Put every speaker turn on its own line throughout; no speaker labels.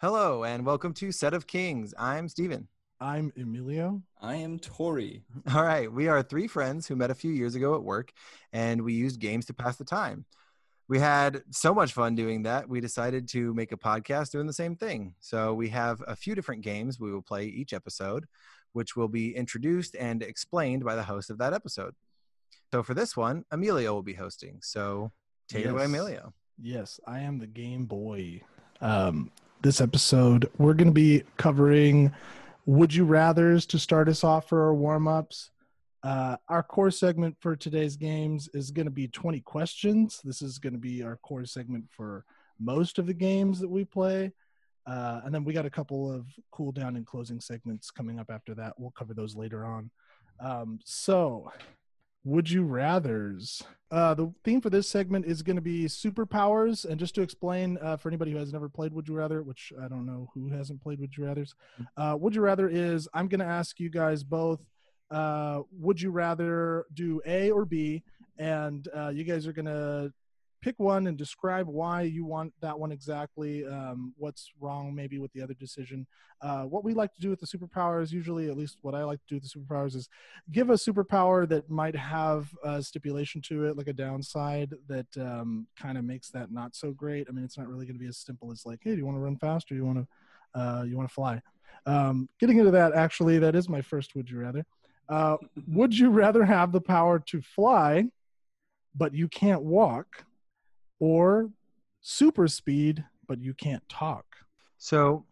Hello and welcome to Set of Kings. I'm Steven.
I'm Emilio.
I am Tori.
All right, we are three friends who met a few years ago at work and we used games to pass the time. We had so much fun doing that, we decided to make a podcast doing the same thing. So we have a few different games we will play each episode, which will be introduced and explained by the host of that episode. So for this one, Emilio will be hosting. So take it away,
Yes.
Emilio.
Yes, I am the Game Boy. Um, this episode, we're going to be covering Would You Rathers to start us off for our warm ups. Uh, our core segment for today's games is going to be 20 questions. This is going to be our core segment for most of the games that we play. Uh, and then we got a couple of cool down and closing segments coming up after that. We'll cover those later on. Um, so, would you rathers? Uh, the theme for this segment is going to be superpowers. And just to explain uh, for anybody who has never played Would You Rather, which I don't know who hasn't played Would You Rathers, uh, Would You Rather is I'm going to ask you guys both uh, Would you rather do A or B? And uh, you guys are going to pick one and describe why you want that one exactly, um, what's wrong maybe with the other decision. Uh, what we like to do with the superpowers, usually, at least what I like to do with the superpowers, is give a superpower that might have a stipulation to it, like a downside that um, kind of makes that not so great. I mean, it's not really going to be as simple as like, hey, do you want to run fast or you want to uh, you want to fly? Um, getting into that, actually, that is my first. Would you rather? Uh, would you rather have the power to fly, but you can't walk, or super speed, but you can't talk?
So,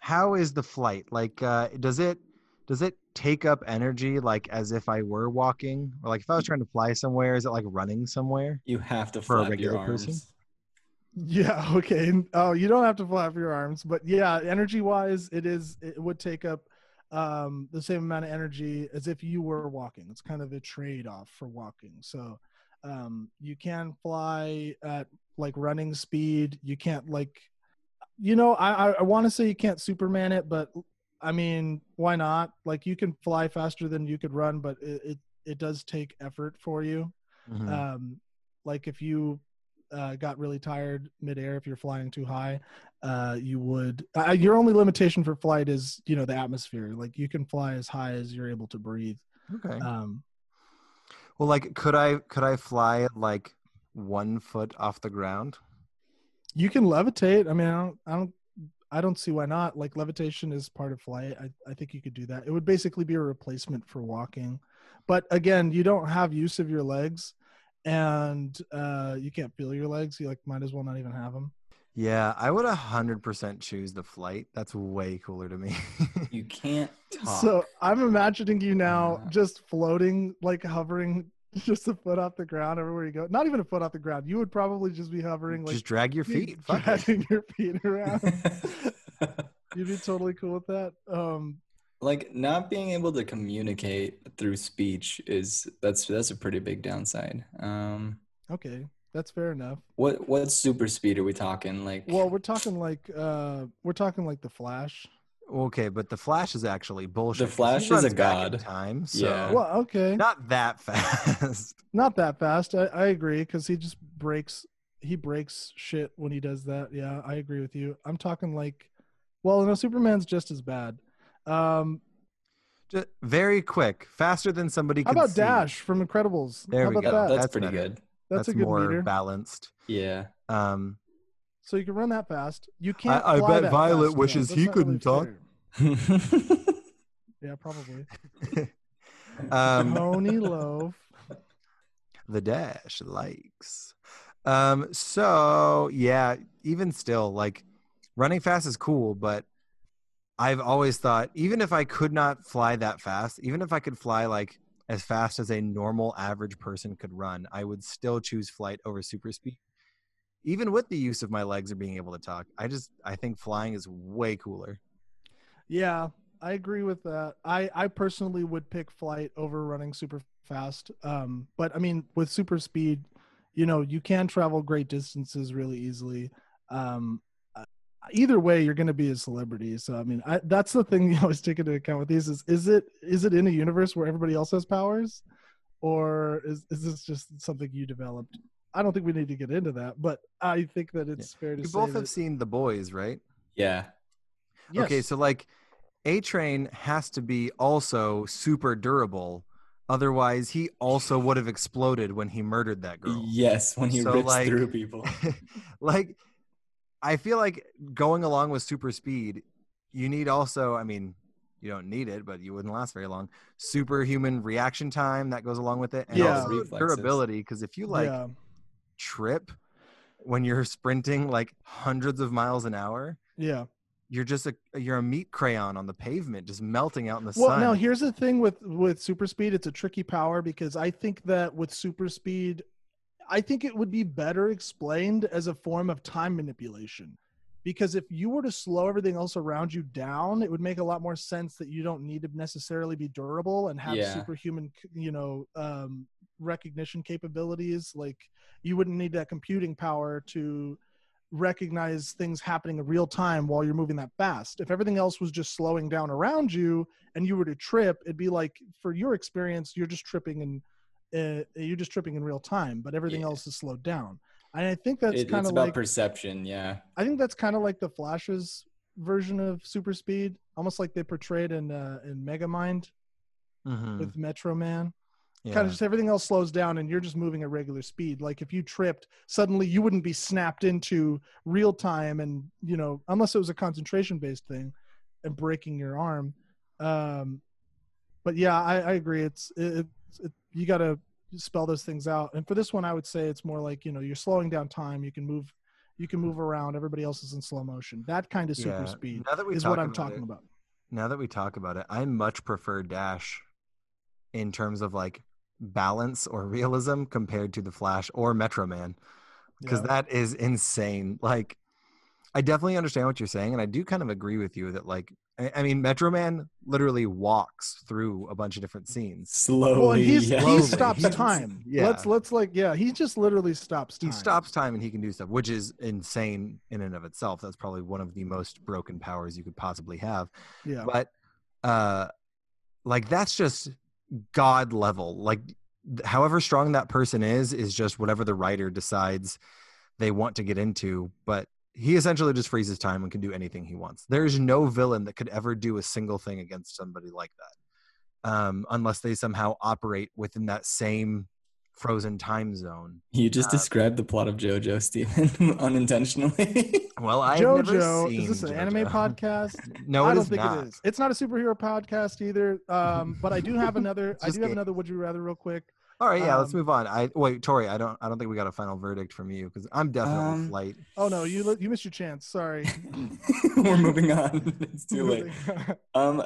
how is the flight? Like, uh, does it does it take up energy like as if I were walking, or like if I was trying to fly somewhere? Is it like running somewhere?
You have to
For a
flap your
regular person?
arms.
Yeah, okay. And- Oh, you don't have to flap your arms, but yeah, energy wise, it is it would take up um the same amount of energy as if you were walking. It's kind of a trade off for walking. So um you can fly at like running speed. You can't like you know, I I, I wanna say you can't Superman it, but I mean, why not? Like you can fly faster than you could run, but it it, it does take effort for you
Mhm.
um, like if you uh, got really tired midair if you're flying too high uh, you would uh, your only limitation for flight is you know the atmosphere like you can fly as high as you're able to breathe
okay.
um,
Well, like, could I could I fly like one foot off the ground?
you can levitate i mean i don't i don't i don't see why not like levitation is part of flight i, I think you could do that it would basically be a replacement for walking but again you don't have use of your legs and uh, you can't feel your legs you like might as well not even have them
Yeah, I would a hundred percent choose the flight. That's way cooler to me.
You can't talk.
So I'm imagining you now
Yeah.
just floating, like hovering just a foot off the ground everywhere you go. Not even a foot off the ground. You would probably just be hovering, like
Just drag your feet. Fuck it.
dragging your feet around.
uh,
You'd be totally cool with that. Um,
like not being able to communicate through speech is that's that's a pretty big downside. Um,
okay, that's fair enough.
what what super speed are we talking? Like
Well, we're talking like uh, we're talking like the Flash.
Okay, but the Flash is actually bullshit. 'cause he
Flash is a
runs back in
god.
Time. So
Yeah.
Well, okay, not,
not that fast.
that fast. I, I agree because he just breaks he breaks shit when he does that. Yeah, I agree with you. I'm talking like, well, no, Superman's just as bad. Um,
Just very quick, faster than somebody
How
can
about
see.
Dash from Incredibles?
There
How
we
about
yeah,
go.
that?
that's,
That's,
That's
pretty
better.
good.
That's,
a good
more
meter.
balanced.
Yeah.
Um,
So you can run that fast. You can't.
I
fly
bet
that
Violet
fast, though.
wishes
That's
he
not really
couldn't talk.
fair.
um,
Yeah, probably.
um,
Tony Loaf.
the dash likes. Um, so yeah, even still, like running fast is cool, but I've always thought even if I could not fly that fast, even if I could fly like as fast as a normal average person could run, I would still choose flight over super speed. Even with the use of my legs or being able to talk, I just I think flying is way cooler.
Yeah, I agree with that. I I personally would pick flight over running super fast. Um, but I mean, with super speed, you know, you can travel great distances really easily. Um, uh, either way, you're going to be a celebrity. So I mean, I, that's the thing you always take into account with these is is it is it in a universe where everybody else has powers, or is is this just something you developed? I don't think we need to get into that, but I think that it's fair to
You
say
both
that-
have seen The Boys, right?
Yeah.
Okay, so like A Train has to be also super durable. Otherwise, he also would have exploded when he murdered that girl.
Yes, when he
So,
rips
like-
through people.
like, I feel like going along with super speed, you need also, I mean, you don't need it, but you wouldn't last very long. Superhuman reaction time that goes along with it. And
Yeah.
also
Reflexes.
durability, because if you like
yeah,
trip when you're sprinting like hundreds of miles an hour,
yeah.
you're just a you're a meat crayon on the pavement, just melting out in the
Well,
sun.
now here's the thing with with super speed. It's a tricky power because I think that with super speed, I think it would be better explained as a form of time manipulation. Because if you were to slow everything else around you down, it would make a lot more sense that you don't need to necessarily be durable and have
Yeah.
superhuman, you know, um, recognition capabilities. Like you wouldn't need that computing power to recognize things happening in real time while you're moving that fast. If everything else was just slowing down around you and you were to trip, it'd be like for your experience, you're just tripping in uh, you're just tripping in real time, but everything
Yeah.
else is slowed down. And I think that's
It-
kind
it's
of
about
like
perception. Yeah.
I think that's kind of like the Flash's version of super speed, almost like they portrayed in uh, in Megamind
Mm.
Mhm.
with Metro Man
Yeah.
kind of just everything else slows down and you're just moving at regular speed like if you tripped suddenly you wouldn't be snapped into real time and you know unless it was a concentration based thing and breaking your arm um but yeah i, I agree it's it, it's it, you gotta spell those things out and for this one i would say it's more like you know you're slowing down time you can move you can move around everybody else is in slow motion that kind of super
Yeah.
speed
Now that we
is
talk
what i'm
about
talking
it-
about
Now that we talk about it, I much prefer Dash in terms of like balance or realism compared to the Flash or Metro Man because
Yeah.
that is insane. Like, I definitely understand what you're saying, and I do kind of agree with you that like I, I mean Metro Man literally walks through a bunch of different scenes.
Slowly.
well, he's,
yeah.
he
Slowly.
stops
He's-
time.
yeah.
Let's let's like yeah, he just literally stops time.
He stops time and he can do stuff, which is insane in and of itself. That's probably one of the most broken powers you could possibly have.
Yeah.
but uh like that's just god level like th- however strong that person is is just whatever the writer decides they want to get into but he essentially just freezes time and can do anything he wants there's no villain that could ever do a single thing against somebody like that um unless they somehow operate within that same frozen time zone
You just
Uh,
described the plot of JoJo, Steven, unintentionally.
well i've never
JoJo,
seen
is this an
JoJo.
anime podcast?
no it
I
is
don't think
not
it is. It's not a superhero podcast either. Um, but I do have another. I
Just
do have
game.
another. Would you rather? Real quick.
All right, yeah, let's
Um,
move on. I wait, Tori, I don't I don't think we got a final verdict from you because I'm definitely
Um,
flight.
Oh no, you li- you missed your chance. Sorry.
We're moving on. It's too late.
Moving.
Um,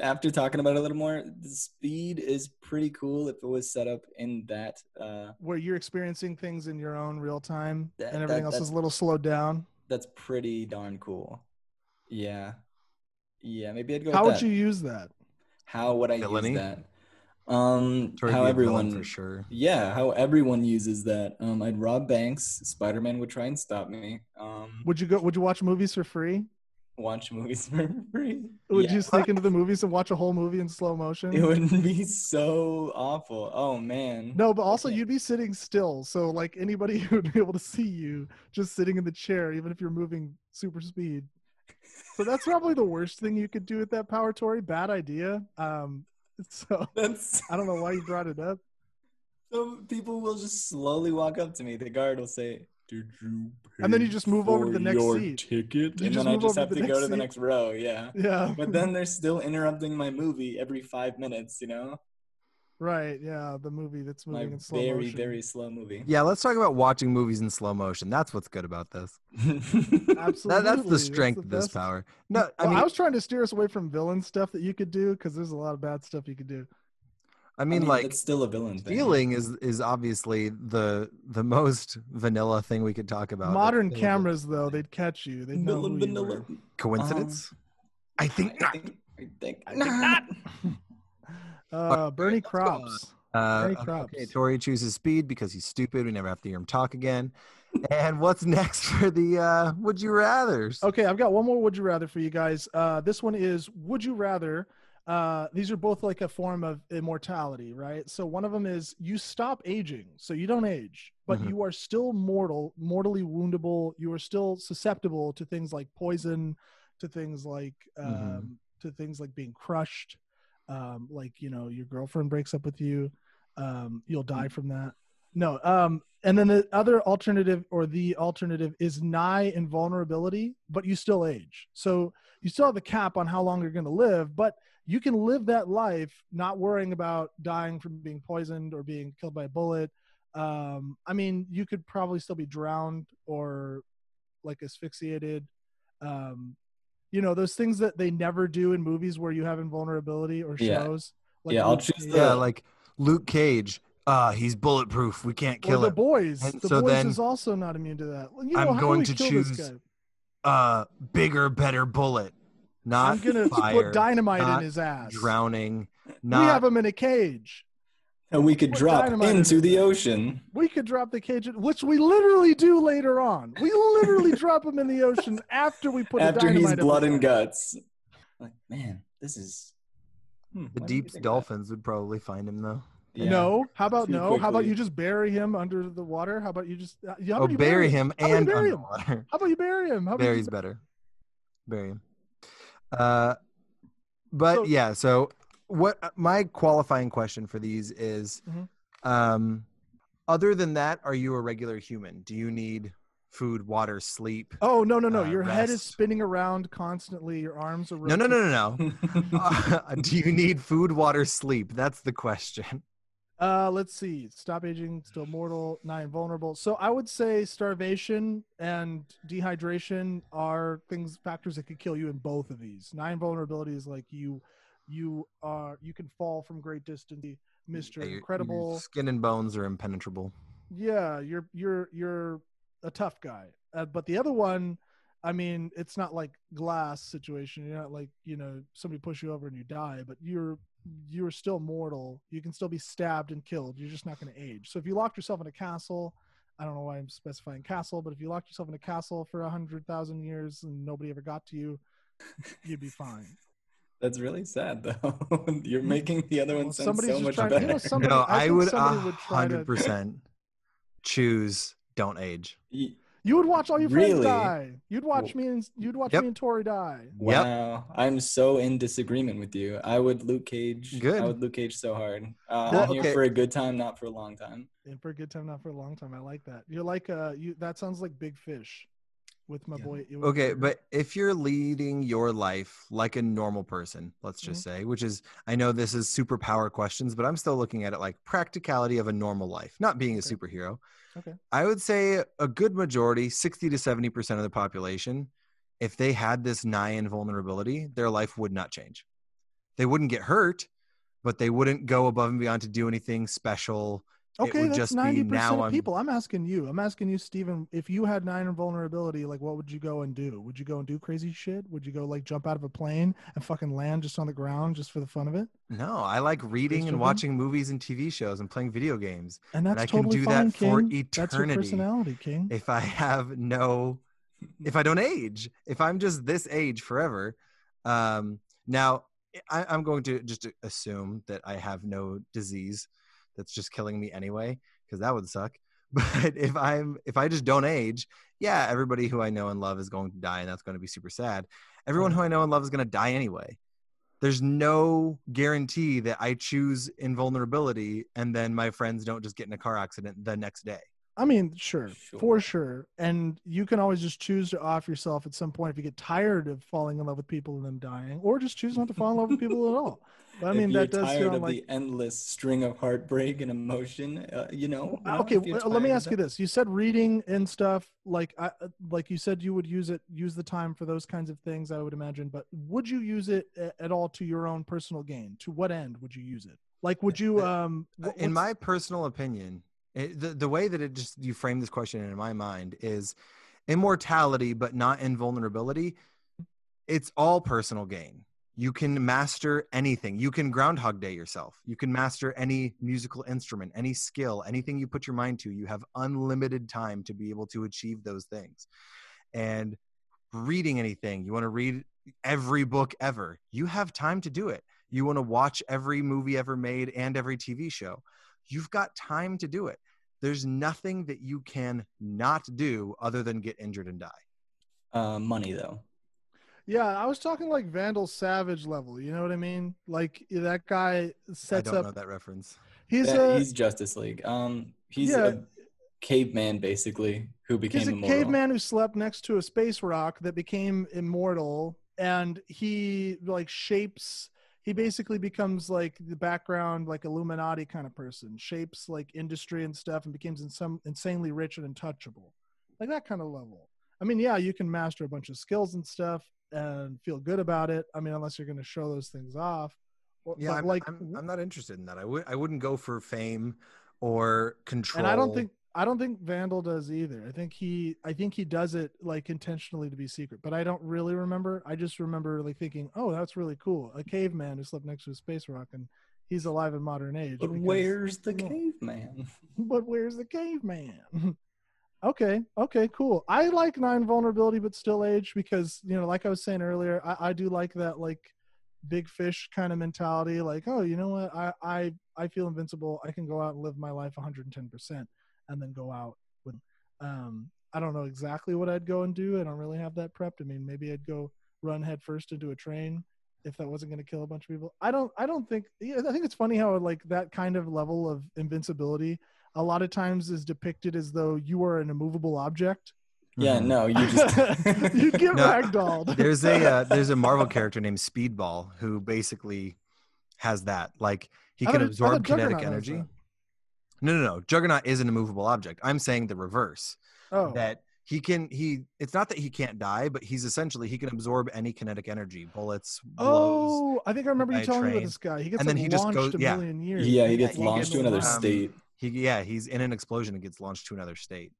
after talking about it a little more, the speed is pretty cool if it was set up in that. Uh,
Where you're experiencing things in your own real time,
That-
and everything
that-
else
that's-
is a little slowed down.
that's pretty darn cool. Yeah, yeah. Maybe I'd go.
How
with
would
that.
you use that?
How would I
Villainy?
use that? Um,
Tori
how
would be a villain
everyone
for sure.
Yeah, how everyone uses that. Um, I'd rob banks. Spider Man would try and stop me. Um,
Would you go? Would you watch movies for free?
watch movies for free.
Would
Yeah.
you sneak into the movies and watch a whole movie in slow motion?
It would be so awful. Oh man.
No, but also
Okay.
you'd be sitting still. So like anybody would be able to see you just sitting in the chair, even if you're moving super speed. So that's probably the worst thing you could do with that power, Tori. Bad idea. Um, so
That's
I don't know why you brought it up.
so people will just slowly walk up to me. The guard will say, "Did you?" Pay
And then you just move over to
for
the next
your
seat.
Ticket,
You
and
just
then I
move
just
over
have
to
to
the
go
next
to the
seat.
next row. Yeah.
Yeah.
But then they're still interrupting my movie every five minutes. You know,
right. Yeah. The movie that's
my
moving in slow
very
motion.
very slow movie.
Yeah, let's talk about watching movies in slow motion. That's what's good about this.
Absolutely.
That, that's the strength of this
best.
power. No, I
Well,
mean,
I was trying to steer us away from villain stuff that you could do because there's a lot of bad stuff you could do.
I mean, like
it's still a villain thing.
stealing is is obviously the the most vanilla thing we could talk about.
Modern
That's still a
cameras, though, they'd catch you. They'd know who
Vanilla-
you were.
vanilla.
coincidence. I think
Um, I
not.
think, I think
I think
not.
Uh, Bernie
let's go on.
Crops.
Uh,
Very crops.
okay, Tori chooses speed because he's stupid. We never have to hear him talk again. and what's next for the uh, would you rather's?
Okay, I've got one more would you rather for you guys. Uh, this one is would you rather uh, these are both like a form of immortality, right? So one of them is you stop aging, so you don't age, but
Mhm.
you are still mortal, mortally woundable. You are still susceptible to things like poison, to things like um, to things like being crushed, um, like you know your girlfriend breaks up with you, um, you'll die from that. No, um, and then the other alternative or the alternative is nigh invulnerability, but you still age. So you still have a cap on how long you're going to live, but you can live that life not worrying about dying from being poisoned or being killed by a bullet. Um, I mean, you could probably still be drowned or like asphyxiated. Um, you know, those things that they never do in movies where you have invulnerability or
Yeah.
shows.
Yeah, I'll
Luke
choose
Cage.
Yeah, like Luke Cage. Uh, he's bulletproof. We can't
Or
kill
the
him.
boys.
And
the
so
boys
then
is also not immune to that. Well, you know,
I'm
how do
going
we
to
kill this
choose
guy?
Uh, bigger, better bullet. Not
I'm gonna
fire,
put dynamite
not
in his ass.
drowning.
we
Not
have him in a cage.
And we could
What
drop
dynamite is
into
it?
the ocean.
We could drop the cage, in, which we literally do later on. We literally drop him in the ocean after we put
after
a dynamite
he's
up his
blood and
ass.
guts. Like, man, this is hmm,
the
why didn't
deep
we think of that?
dolphins would probably find him though.
Yeah.
No, how about
Too
no? How about
quickly.
you just bury him under the water? How about you just uh, how
Oh,
about you
bury him
How about you
and
bury him?
underwater.
How about you bury him? How about you
Bury's better. Bury him. Uh, but
So-
yeah. So what uh, my qualifying question for these is,
Mhm.
um, other than that, are you a regular human? Do you need food, water, sleep?
Oh no no no!
Uh,
Your head is
rest.
spinning around constantly. Your arms are
No, no, no, no, no. Uh, do you need food, water, sleep? That's the question.
Uh, let's see. Stop aging, still mortal, not invulnerable. So I would say starvation and dehydration are things factors that could kill you in both of these. Nine vulnerability is like you, you are you can fall from great distance. Mister
Yeah, your- your
Incredible.
skin and bones are impenetrable.
Yeah, you're you're you're a tough guy. Uh, but the other one, I mean, it's not like glass situation. You're not like you know somebody push you over and you die, but you're you're still mortal. You can still be stabbed and killed. You're just not going to age. So if you locked yourself in a castle, I don't know why I'm specifying castle, but if you locked yourself in a castle for a hundred thousand years and nobody ever got to you, you'd be fine.
That's really sad, though. You're making the other
Well,
one sound
somebody's
so
just
much
trying- you know,
better.
some- Somebody-
no,
I
I,
think
would
somebody would try to-
hundred percent choose don't age.
Y-
You would watch all your friends
Really?
die. You'd watch
Wh-
me and you'd watch
Yep.
me and Tori die.
Yep.
Wow, I'm so in disagreement with you. I would Luke Cage.
Good.
I would Luke Cage so hard. Uh,
No,
I'm here
okay.
for a good time, not for a long time.
In for a good time, not for a long time. I like that. You're like uh you that sounds like big fish with my
Yeah.
boy. with
Okay,
your-
but if you're leading your life like a normal person, let's
Mm-hmm.
just say, which is, I know this is superpower questions, but I'm still looking at it like practicality of a normal life, not being a
Okay.
superhero.
Okay.
I would say a good majority, 60 to 70% of the population, if they had this nigh invulnerability, their life would not change. They wouldn't get hurt, but they wouldn't go above and beyond to do anything special. it
okay,
would
that's
just be
ninety percent
now
of
I'm-
people. I'm asking you. I'm asking you, Steven, if you had nine vulnerability, like what would you go and do? Would you go and do crazy shit? Would you go like jump out of a plane and fucking land just on the ground just for the fun of it?
No, I like reading
Christian?
and watching movies and TV shows and playing video games.
And that's
I can
totally
do
fine,
that for
King. That's your
eternity.
personality, King.
if I have no, if I don't age, if I'm just this age forever. Um, now, I, I'm going to just assume that I have no disease that's just killing me anyway, because that would suck. But if I'm, if I just don't age, yeah, everybody who I know and love is going to die, and that's going to be super sad. Everyone who I know and love is going to die anyway. There's no guarantee that I choose invulnerability and then my friends don't just get in a car accident the next day.
I mean, sure, for
Sure.
sure. And you can always just choose to off yourself at some point if you get tired of falling in love with people and them dying, or just choose not to fall in love with people at all. But I
If
mean,
you're
that does
tired
sound
of
like.
the endless string of heartbreak and emotion. Uh, you know.
Uh, okay, well, let me ask you this: You said reading and stuff, like, I, uh, like you said, you would use it, use the time for those kinds of things. I would imagine, but would you use it a- at all to your own personal gain? To what end would you use it? Like, would you?
Uh,
Um, wh-
in
what's-
my personal opinion it, the, the way that it just you frame this question in my mind is immortality but not invulnerability it's all personal gain you can master anything you can groundhog day yourself you can master any musical instrument any skill anything you put your mind to you have unlimited time to be able to achieve those things and reading anything you want to read every book ever you have time to do it You want to watch every movie ever made and every TV show. You've got time to do it. There's nothing that you can not do other than get injured and die.
Uh, money though.
Yeah, I was talking like Vandal Savage level. You know what I mean? Like eh, that guy
I
sets
don't know
up.
that reference.
He's
That-
a
he's Justice League. Um, he's
Yeah.
a caveman basically who became
he's a
immortal.
caveman who slept next to a space rock that became immortal, and he like shapes. He basically becomes like the background, like Illuminati kind of person. Shapes like industry and stuff, and becomes in some insanely rich and untouchable, like that kind of level. I mean, yeah, you can master a bunch of skills and stuff and feel good about it. I mean, unless you're going to show those things off. Or-
Yeah,
but,
I'm,
like
I'm, I'm not interested in that. I would I wouldn't go for fame or control.
and I don't think I don't think Vandal does either. I think he I think he does it like intentionally to be secret, but I don't really remember. I just remember like thinking, "Oh, that's really cool. A caveman who slept next to a space rock and he's alive in modern age."
But
because-
where's the caveman?
Mm-hmm.
But where's the caveman? okay, okay, cool. I like nine vulnerability but still age because, you know, like I was saying earlier, I, I do like that like big fish kind of mentality like, "Oh, you know what? I I I feel invincible. I can go out and live my life 110% and then go out with um I don't know exactly what I'd go and do. I don't really have that prepped. I mean, maybe I'd go run headfirst into a train if that wasn't going to kill a bunch of people. I don't I don't think yeah, I think it's funny how like that kind of level of invincibility a lot of times is depicted as though you are an immovable object.
yeah,
Mhm.
no, you just
you get
No.
ragdolled.
there's a uh, there's a Marvel character named Speedball who basically has that. Like he can
I thought- I
absorb
thought Juggernaut
kinetic
has
energy.
that.
No, no, no. Juggernaut is an immovable object. I'm saying the reverse.
Oh,
That he can he it's not that he can't die, but he's essentially he can absorb any kinetic energy, bullets, blows.
oh, I think I remember
by
you
a
telling me about
train.
this guy. He gets
And then
like,
he just
launched
goes-
a
yeah.
million years.
yeah, he gets
he
launched to
gets
another
launched.
state.
He yeah, he's in an explosion and gets launched to another state.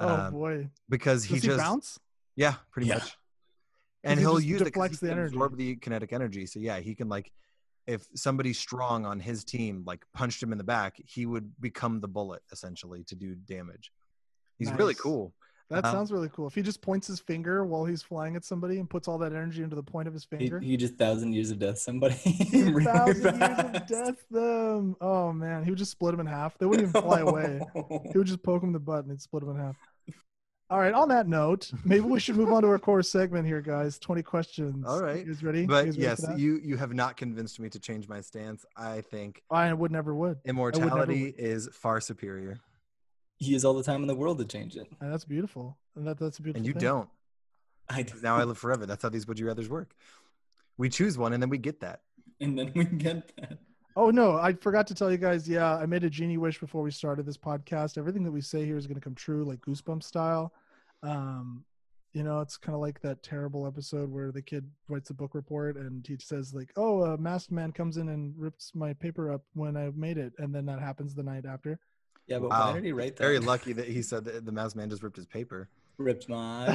Oh
um,
boy,
Because
does
he
he,
just
bounce?
Yeah, pretty
Yeah.
much. And
he
he'll
just
use it 'cause
deflects
he
the
can
energy.
absorb the kinetic energy. So yeah, he can like if somebody strong on his team like punched him in the back, he would become the bullet essentially to do damage. He's really
Nice.
cool.
That
um,
sounds really cool. If he just points his finger while he's flying at somebody and puts all that energy into the point of his
He,
finger,
he just thousand years of death. Somebody really
thousand years of
fast.
death them. Oh man, he would just split them in half. They wouldn't even fly away. He would just poke him in the butt and it'd split him in half. All right. On that note, maybe we should move on to our core segment here, guys. Twenty questions.
All right.
You guys ready? You
But
guys ready
yes,
for that?
you you have not convinced me to change my stance. I think
I would never would.
immortality
would.
is far superior.
He has all the time in the world to change it.
And that's beautiful. And that that's a beautiful.
And you
thing.
don't.
I do.
'cause Now I live forever. That's how these would you rather's work. We choose one and then we get that.
and then we get that.
Oh no, I forgot to tell you guys. Yeah, I made a genie wish before we started this podcast. Everything that we say here is going to come true, like Goosebumps style. Um, you know, it's kind of like that terrible episode where the kid writes the book report and he says like, "Oh, a masked man comes in and rips my paper up when I made it," and then that happens the night after.
Yeah, but
Wow.
why did he write that?
Very lucky that he said that the mouse man just ripped his paper.
Ripped my.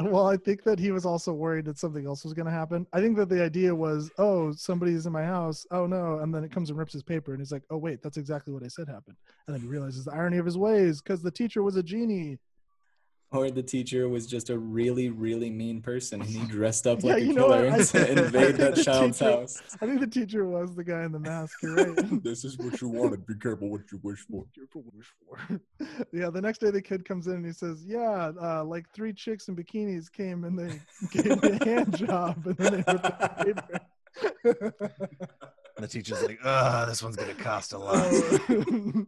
well, I think that he was also worried that something else was going to happen. I think that the idea was, "Oh, somebody's in my house. Oh no!" And then it comes and rips his paper, and he's like, "Oh wait, that's exactly what I said happened." And then he realizes the irony of his ways because the teacher was a genie.
Or the teacher was just a really, really mean person, and he dressed up
Yeah,
like
you
a
know what?
killer
I-
and to invade that
the
child's
teacher-
house.
I think the teacher was the guy in the mask. You're right.
this is what you wanted. Be careful what you wish for.
yeah, the next day the kid comes in and he says, "Yeah, uh, like three chicks in bikinis came and they gave me a hand job, and then they ripped the paper."
And the teacher's like, "Uh, this one's gonna cost a lot."
Oh.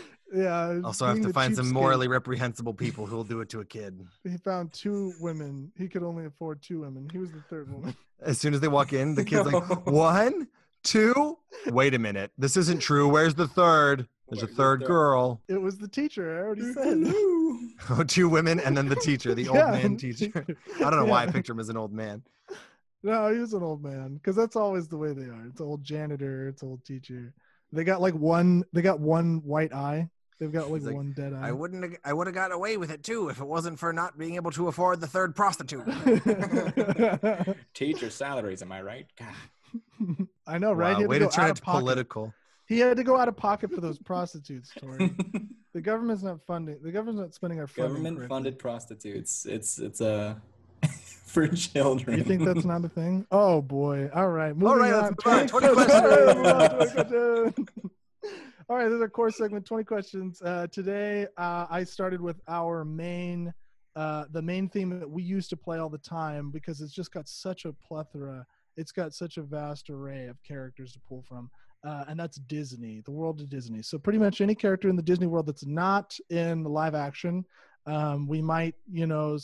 yeah.
Also, I have
Oh, being
to
the
find some
cheapskate,
morally reprehensible people who will do it to a kid.
He found two women. He could only afford two women. He was the third woman.
As soon as they walk in, the kid's
No.
like, one, two, wait a minute. This isn't true. Where's the third? There's a
Where's the
third
third?"
girl.
It was the teacher. I already said.
Hello.
Two women and then the teacher, the old
Yeah,
man
the
teacher. I don't know why I
Yeah.
picture him as an old man.
No, he was an old man because that's always the way they are. It's old janitor. It's old teacher. They got like one. They got one white eye. They've got like,
He's like,
one dead eye.
I wouldn't have- I would have got away with it too if it wasn't for not being able to afford the third prostitute.
Teacher salaries, am I right? God.
I know, right?
Wow,
He had
way to
to go out
try
of
to
pocket.
political.
He had to go out of pocket for those prostitutes, Tori. The government's not funding. The government's not spending our funding.
Government
correctly.
funded prostitutes. It's it's a uh, for children.
You think that's not a thing? Oh boy! All right, moving
right,
on.
let's move on. 20
questions. All right, this is our core segment. Twenty questions. Uh, today, uh, I started with our main, uh, the main theme that we used to play all the time because it's just got such a plethora. It's got such a vast array of characters to pull from, uh, and that's Disney, the world of Disney. So pretty much any character in the Disney world that's not in live action, um, we might, you know,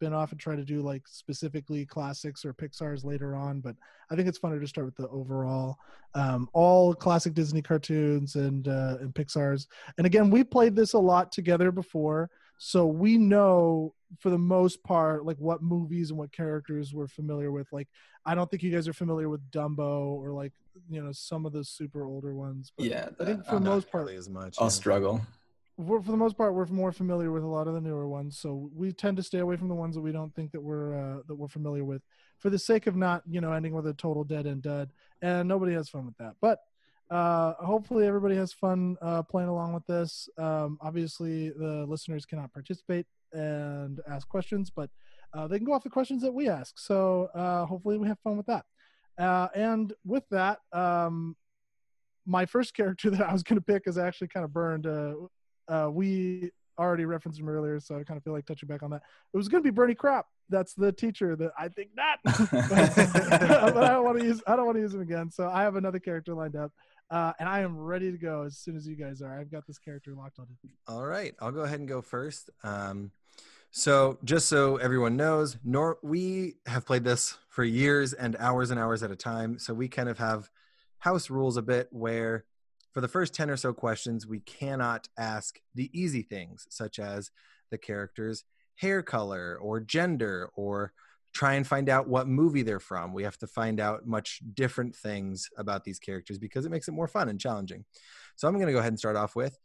been off and try to do like specifically classics or Pixar's later on, but I think it's funner to start with the overall, um, all classic Disney cartoons and uh, and Pixar's. And again, we played this a lot together before, so we know for the most part like what movies and what characters we're familiar with. Like, I don't think you guys are familiar with Dumbo or like you know some of the super older ones. But
yeah,
I think
that-
for
I'm not-
most part,
Probably as much.
I'll
yeah.
struggle.
we're, for the most part, we're more familiar with a lot of the newer ones, so we tend to stay away from the ones that we don't think that we're uh, that we're familiar with, for the sake of not you know ending with a total dead end dud. And nobody has fun with that. But uh, hopefully, everybody has fun uh, playing along with this. Um, obviously, the listeners cannot participate and ask questions, but uh, they can go off the questions that we ask. So uh, hopefully, we have fun with that. Uh, and with that, um, my first character that I was going to pick is actually kind of burned. Uh, uh, we already referenced him earlier, so I kind of feel like touching back on that. It was going to be Bernie Crop. That's the teacher that I think not. but I don't want to use I don't want to use him again. So I have another character lined up, uh, and I am ready to go as soon as you guys are. I've got this character locked on.
All right, I'll go ahead and go first. Um, so, just so everyone knows, nor we have played this for years and hours and hours at a time. So we kind of have house rules a bit where, for the first ten or so questions, we cannot ask the easy things such as the character's hair color or gender or try and find out what movie they're from. We have to find out much different things about these characters because it makes it more fun and challenging. So I'm going to go ahead and start off with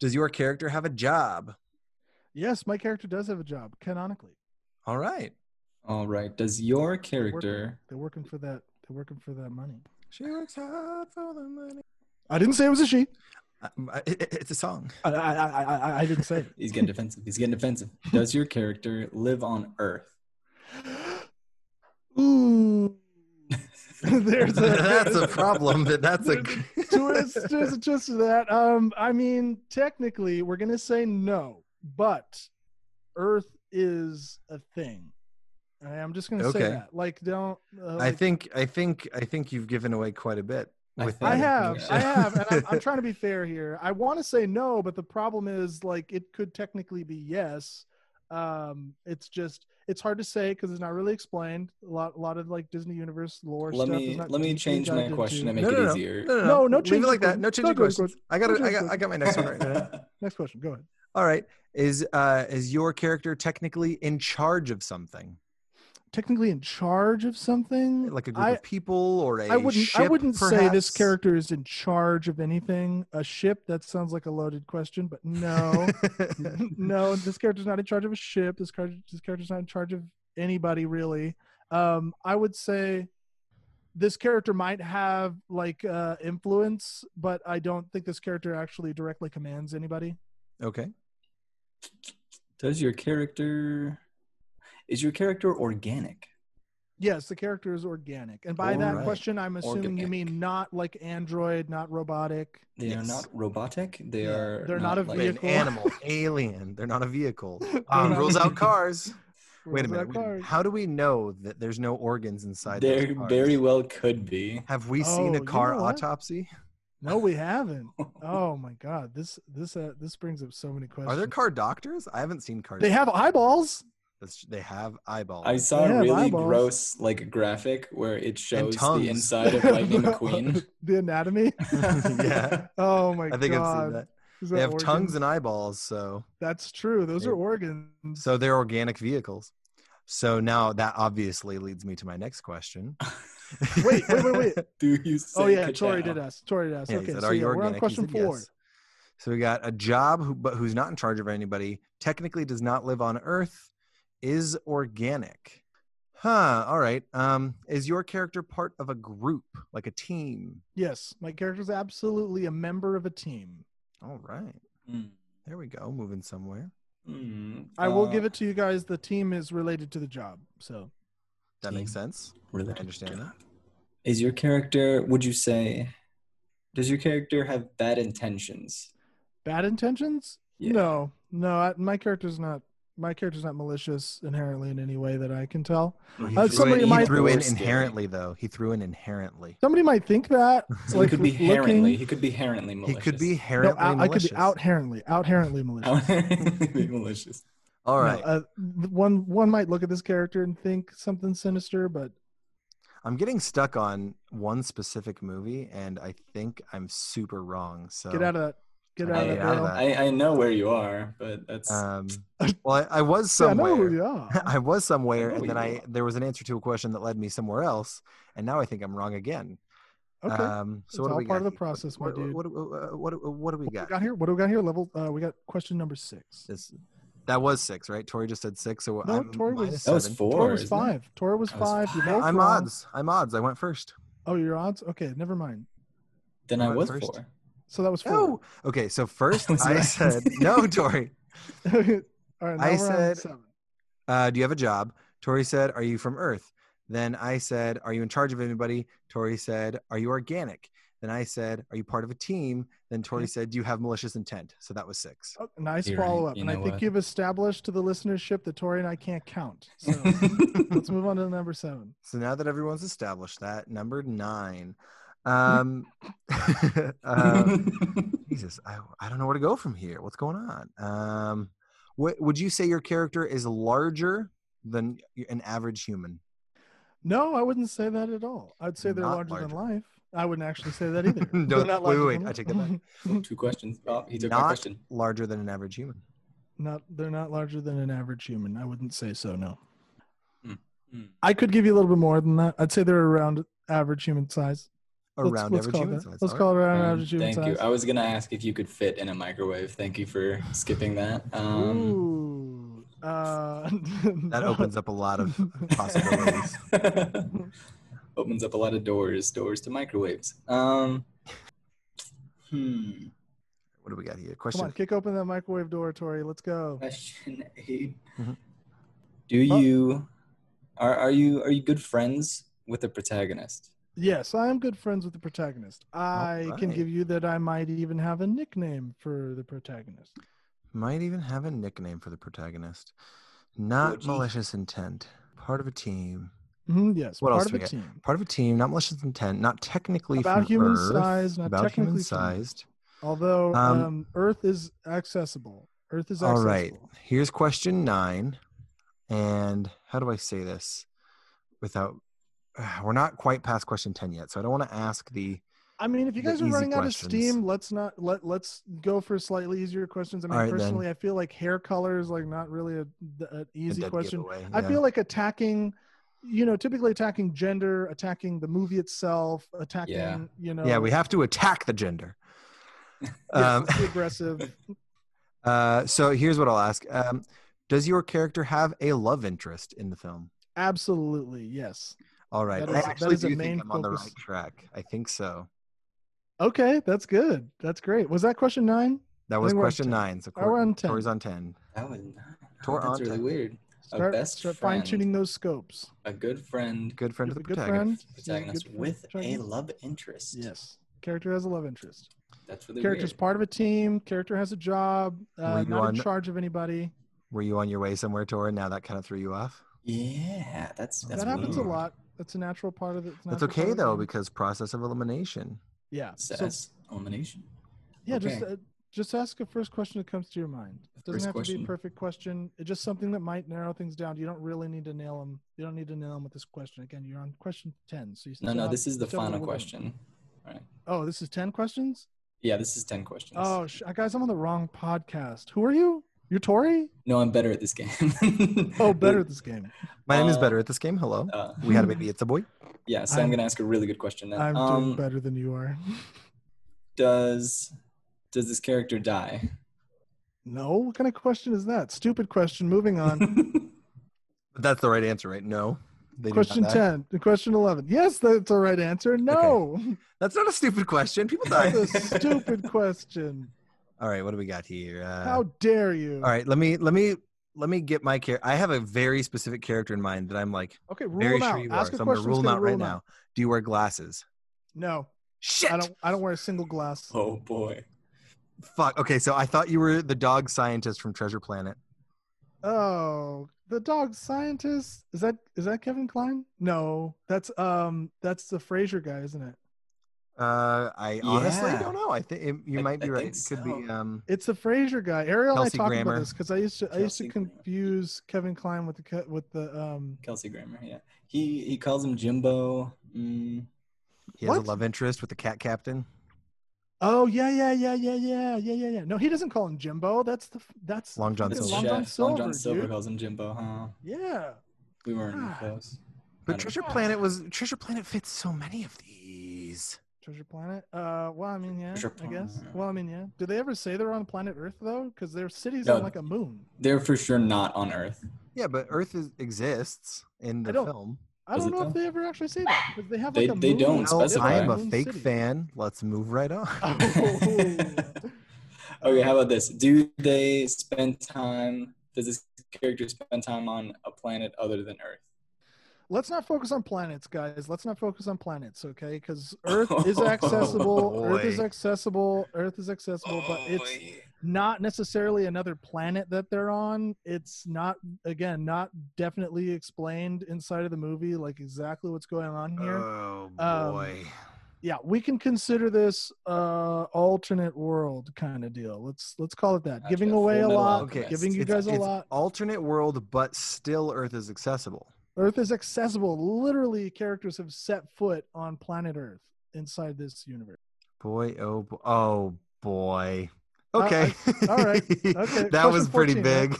does your character have a job?
Yes, my character does have a job canonically.
All right.
All right. Does your character?
They're working for that. They're working for that money.
She works hard for the money.
I didn't say it was a she.
Um, I- it- it- it's a song.
I I I, I, I didn't say it.
He's getting defensive. He's getting defensive. Does your character live on Earth?
Ooh, there's a
that's a
there's-
problem. That that's a.
twist, twist, twist to that. Um, I mean, technically, we're gonna say no, but Earth is a thing. I- I'm just gonna say
Okay.
that. Like, don't. Uh,
I
like-
think I think I think you've given away quite a bit
I
with that
I have, I
information.
have, and I'm, I'm trying to be fair here. I want to say no, but the problem is like it could technically be yes. Um, it's just it's hard to say because it's not really explained. A lot, a lot of like Disney universe lore.
Let
stuff
me
is not
let me
deeply
change my
dived
question
into.
and make
No,
it
no, no.
easier.
No, no,
No,
no,
no
Leave
change
it like that.
your
No change
question.
your
No, go, go.
questions. I got
No
it. I
change
got. I got my next one right there.
Next question. Go ahead.
All right. Is uh is your character technically in charge of something,
Technically in charge of something
like a group
I-
of people or a
I wouldn't. I
ship,
wouldn't say this
perhaps?
character is in charge of anything. A ship. That sounds like a loaded question, but no, no. This character's not in charge of a ship. This character. This character's not in charge of anybody really. Um, I would say this character might have like uh, influence, but I don't think this character actually directly commands anybody.
okay.
Does your character? Is your character organic?
Yes, the character is organic, and by that
Alright.
question, I'm assuming you
Organic.
mean not like android, not robotic.
They
Yes.
are not robotic. They
Yeah,
are.
they're not a
Like
like,
an
Vehicle.
animal, alien. They're not a vehicle.
They're
Um,
not-
rules out cars. Wait a
Robots
minute. wait
are
a minute.
cars.
How do we know that there's no organs inside? those
There
cars?
very well could be.
Have we seen a
Oh, you
car
know what?
autopsy?
No, we haven't. Oh my god, this this uh, this brings up so many questions.
Are there car doctors? I haven't seen cars.
they have eyeballs.
They have eyeballs.
I saw
They
a
have
really
eyeballs.
gross like graphic where it shows
tongues.
the inside of Lightning McQueen.
the anatomy.
Yeah.
Oh my god.
I think I've seen that.
Is
They
that
have tongues
organs?
and eyeballs, so
That's true. Those
Yeah.
are organs.
so they're organic vehicles. So now that obviously leads me to my next question.
Wait, wait, wait, wait.
Do you?
Oh
say
yeah, Tori
ka-chow?
did ask. Tori did ask.
Yeah, he
okay,
said,
so
"Are
yeah,
you
we're on
organic?" He
question
said,
four.
yes. So we got a job, who, but who's not in charge of anybody. Technically, does not live on Earth. Is organic. Huh. All right. Um, is your character part of a group, like a team?
Yes, my character's absolutely a member of a team.
All right.
Mm.
There we go. Moving somewhere.
Mm.
I will
Uh,
give it to you guys. The team is related to the job, so
That makes sense.
Really,
I understand that.
Is your character? Would you say? Does your character have bad intentions?
Bad intentions?
Yeah.
No, no. I, my character's not. My character's not malicious inherently in any way that I can tell.
Or
He
Uh,
you
threw,
somebody
in, he
might-
threw in
Or scary?
inherently, though. He threw in inherently.
Somebody might think that.
So he could be
looking-
herently. He could be herently
He
malicious.
could be
No,
inherently
out, I could
malicious. Oh,
be out herently, out herently malicious.
be malicious.
All
No,
right.
uh, one one might look at this character and think something sinister, but
I'm getting stuck on one specific movie, and I think I'm super wrong. So
get out of that. Get
I
out of that.
get Oh. out of
barrel.
that.
I, I know where you are, but that's
Um, well, I, I was
Yeah, I know
somewhere. Uh,
who you are.
I was somewhere,
know
and then
you
I
are.
there was an answer to a question that led me somewhere else, and now I think I'm wrong again.
Okay.
Um, so
It's
what do
all
we
part
got
of
here?
the process, my
What,
dude.
What, what, what, what, what do we
what we
got?
got here? What do we got here? Level. Uh, we got question number six.
This, that was six, right? Tori just said six, so
No,
I'm
Tori was-
minus
that was
seven.
four.
Tora was
isn't it?
five. Tora was
That was
five. You're
No,
both
I'm
wrong.
odds. I'm odds. I went first.
Oh, your odds. Okay, never mind.
Then
You
I
went
was
first.
four.
So that was four.
No. Okay, so first
was
I
right.
said no, Tori.
All right, now
I
we're on
said-
seven.
uh, do you have a job? Tori said, are you from Earth? Then I said, are you in charge of anybody? Tori said, are you organic? Then I said, are you part of a team? Then Tori
Okay.
said, do you have malicious intent? So that was six.
Oh, nice
You're right.
follow up.
You
And I
know
think
what?
you've established to the listenership that Tori and I can't count. So let's move on to number seven.
So now that everyone's established that, number nine. Um,
Mm-hmm.
uh, Jesus, I, I don't know where to go from here. What's going on? Um, what, would you say your character is larger than an average human?
No, I wouldn't say that at all. I'd say they're
Not
larger, than
larger.
life. I wouldn't actually say that either.
Don't-
They're not
wait,
larger
wait,
than
wait, I
life.
take that back.
Two questions. Oh, he took
Not-
my question.
Larger than an average human.
not they're not larger than an average human. I wouldn't say so. No.
Hmm. Hmm.
I could give you a little bit more than that. I'd say they're around average human size. Let's-
Around
let's
average
call
human.
That.
size.
Let's
All
call it around
Mm,
Um,
average human
thank
size.
you. I was gonna ask if you could fit in a microwave. Thank you for skipping that. Um,
Ooh. Uh,
that opens up a lot of possibilities.
opens up a lot of doors. Doors to microwaves. Um, hmm.
what do we got here?
Come on,
Question.
kick open that microwave door, Tori. Let's go.
Question 8
Mm-hmm.
Mhm.
Do you are are you are you good friends with the protagonist?
Yes, I am good friends with the protagonist. I can
right.
give you that I might even have a nickname for the protagonist.
Might even have a nickname for the protagonist. Not
Would you?
malicious intent. Part of a team.
Mhm, yes,
What
part
else
of
do
a
we got?
team.
Part of a team. Not malicious intent. Not technically
About
from
human
Earth,
size, not
about human
technically from-
sized.
Although
Um,
um, Earth is accessible. Earth is
All
accessible.
right. Here's question nine. And how do I say this without? We're not quite past question ten yet, so I don't want to ask the.
I mean, if you
the
guys are
easy
running
questions.
out of steam, let's not let let's go for slightly easier questions. I mean,
All right, then.
personally, I feel like hair color is like not really a, an
a
easy
dead
question.
giveaway.
I
Yeah.
feel like attacking, you know, typically attacking gender, attacking the movie itself, attacking, you know,
Yeah, we have to attack the gender.
uh, yeah,
Um,
let's be aggressive.
Uh, so here's what I'll ask: um, Does your character have a love interest in the film?
Absolutely, yes.
All right,
That
I
is- that
actually
is the
do think
main
I'm on the
focus.
right track. I think so.
Okay, that's good. That's great. Was that question nine?
That was
think we're on
question
10.
nine. So
Now we're on ten.
Tori's on ten.
That was not,
Tor
that's
Anta.
really weird. A
Start,
best
start
friend.
fine tuning those scopes.
A good friend,
Good friend of
You
the
have a good
protagonist.
friend? You have a
protagonist
good friend
with a
protagonist?
love interest.
Yes. Character has a love interest.
that's really
character's
weird.
part of a team character has a job
Were
uh,
you
not
on-
in charge of anybody
Were you on your way somewhere, Tori? Now that kind of threw you off.
Yeah, that's that's
that happens
weird.
a lot that's a natural part of it it's a
That's
natural part
okay
of the
though,
game.
because process of elimination.
yeah so,
Says elimination.
yeah just
okay.
uh, just ask a first question that comes to your mind it doesn't
First
have to be
question.
a perfect question it's just something that might narrow things down you don't really need to nail them you don't need to nail them with this question again you're on question 10 so you
No,
still
no,
have-
this is the
still have a
final
little bit.
question. All right.
oh this is 10 questions
Yeah, this is ten questions.
oh sh- guys i'm on the wrong podcast who are you you're tori
No, I'm better at this game.
oh better at this game
My name is
Uh,
better at this game. Hello.
Uh,
we had a baby. It's a boy.
yeah, so I'm,
I'm-
gonna ask a really good question now.
i'm doing
um,
better than you are
does does this character die?
No, what kind of question is that? Stupid question. Moving on.
okay,
But that's the right answer, right? No. They do not
question
die.
10. Question 11. Yes, that's the right answer. No.
That's not a stupid question. People
That's
die.
a stupid question.
All right, what do we got here? Uh,
How dare you?
All right, let me let me let me get my character. I have a very specific character in mind that I'm like
Okay, rule
very
them
sure
out.
you are.
Ask
So
a
I'm gonna
question.
rule them
that's gonna
out right
them
now. Do you wear glasses?
No,
Shit.
I don't. I don't wear a single glass.
Oh boy.
Fuck. Okay, so I thought you were the dog scientist from Treasure Planet.
Oh, the dog scientist is that? Is that Kevin Klein? No, that's um, that's the Fraser guy, isn't it?
Uh, I honestly
Yeah.
don't know. I think it- you
I-
might
I
be right.
think
It could be.
so.
Um,
It's the Fraser guy. Ariel, and I
Kelsey
talked
Grammer.
about this because I used to. I used to
Kelsey Grammer.
confuse Kevin Klein with the Ke- with the um.
Kelsey Grammer, yeah. He he calls him Jimbo. Mm,
he has a
What?
love interest with the cat captain.
Oh yeah, yeah, yeah, yeah, yeah, yeah, yeah, yeah. No, he doesn't call him Jimbo. That's the f- that's
Long John
fucking
Silver.
Long
Chef-
John Silver, dude. Ah.
calls him Jimbo, huh?
Yeah.
We weren't even
God.
close.
But
I don't-
Treasure Planet was Treasure Planet fits so many of these.
Treasure Planet. Uh, well, I mean, yeah,
Treasure
I guess.
Planet.
Well, I mean, yeah. Do they ever say they're on planet Earth though? Because their city's
No.
on like a moon.
They're for sure not on Earth.
Yeah, but Earth is, exists in
I
the
don't-
film.
I
Does
don't
it
know if
though?
they ever actually say that. 'cause they have
They-
like a
they
moon.
don't
Well, I am
specify.
a
Moon
fake
city.
fan. Let's move right on.
Oh,
Okay, how about this? Do they spend time? Does this character spend time on a planet other than Earth?
Let's not focus on planets, guys. Let's not focus on planets, okay? Because Earth is accessible.
Oh,
Earth is
boy.
accessible. Earth is accessible,
Oh,
but it's not necessarily another planet that they're on. It's not again not definitely explained inside of the movie, like exactly what's going on here.
Oh
Um,
boy.
yeah we can consider this uh alternate world kind of deal let's let's call it that
Gotcha.
giving away
Full
a
Metal
lot
Alchemist.
giving you
It's-
guys a
it's
lot
Alternate world, but still Earth is accessible.
earth is accessible literally characters have set foot on planet earth inside this universe
Boy, oh, bo- oh boy.
Uh, I-
Okay.
all right. Okay,
that
question
was pretty
14,
big.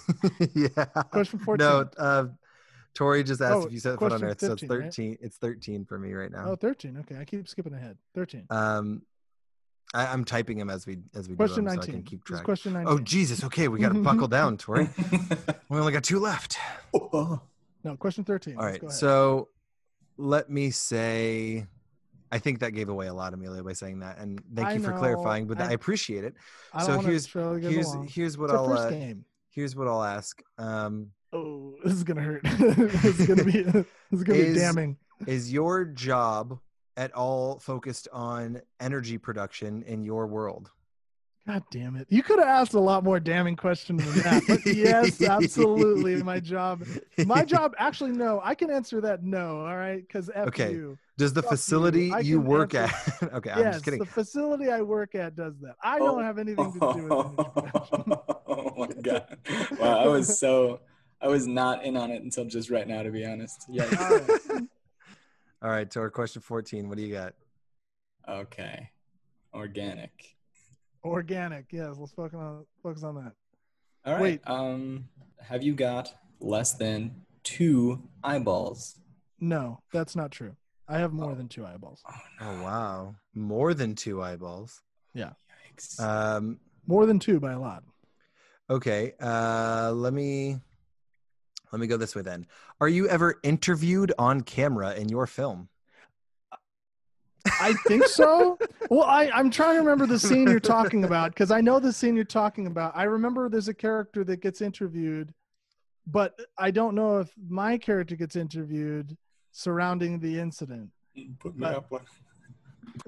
yeah.
question 14
No, uh, Tori just asked
Oh,
if you set foot on
question
Earth. so it's
15, right?
13. It's 13 for me right
oh
now.
13 okay i keep skipping ahead 13
Um, I, I'm typing them as we as we
question
do them,
19
so I can keep
This is
track.
question 19
Oh Jesus! Okay, we got to buckle down, Tori. We only got two left.
no question 13
All
Let's
right.
go ahead.
So let me say, I think that gave away a lot, Amelia, by saying that, and thank
I
you for
know,
clarifying. But I,
I-
appreciate it.
I don't
so
wanna
here's-
trail you guys
Here's
along.
here's what
it's our
I'll
first
uh,
game
here's what I'll ask. Um,
oh this is gonna hurt this is gonna be this is gonna
Is-
be damning
is your job at all focused on energy production in your world?
God damn it. You could have asked a lot more damning question than that. But yes, absolutely. My job. My job actually no. I can answer that no, all right? Because F
Okay,
you.
Does the
Fuck you.
facility you,
I can
work
answer-
at? okay, I'm
yes,
just kidding.
the facility I work at does that. I
Oh.
don't have anything to do with energy production.
oh my god! Wow, I was so I was not in on it until just right now, to be honest. Yeah.
All right.
All right, Tor, question 14. What do you got?
Okay. Organic.
Organic, yes. Let's focus on focus on that.
All right.
Wait.
Um, have you got less than two eyeballs?
No, that's not true. I have more than two eyeballs.
Oh
Oh, wow. More than two eyeballs.
Yikes.
Um,
More than two by a lot.
okay, uh, let me. Let me go this way then. Are you ever interviewed on camera in your film?
I think so. well, I, I'm trying to remember the scene you're talking about because I know the scene you're talking about. I remember there's a character that gets interviewed, but I don't know if my character gets interviewed surrounding the incident.
Put
me
up one.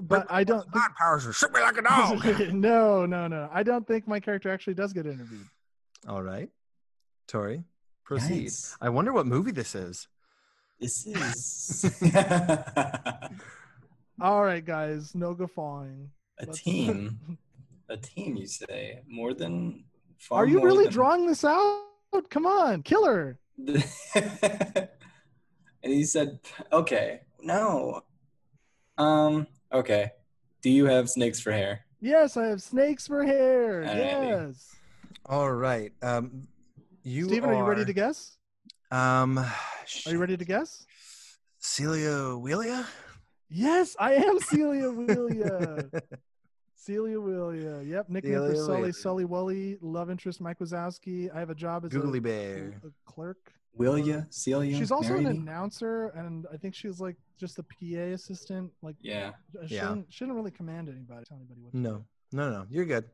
But I don't.
God powers shoot me like a
Think, no, no, no. I don't think my character actually does get interviewed.
All right, Tori, proceed. I wonder what movie this is.
This is
All right, guys, no guffawing.
a
Let's-
team. A team, you say? More than? Far
Are you
more
really
than-
drawing this out? Come on, killer.
and he said, "Okay, no. Um, okay. Do you have snakes for hair?
Yes, I have snakes for hair.
All righty.
Yes.
All right, um, you
Steven, are you ready to guess?
Um,
Are you ready to guess?
Celia Wheelia?
Yes, I am Celia Wheelia. Celia Wheelia. Yep. Nickname for
Celia Wheelia.
Sully, Sully Wooly, love interest Mike Wazowski. I have a job as a,
Googly
a
Bear.
clerk.
Will you, Celia?
she's also an
marry me?
announcer, and I think she's like just the PA assistant. Like,
Yeah.
she,
Yeah.
didn't, she didn't really command anybody. Tell anybody what. to do.
No, no, no. You're good.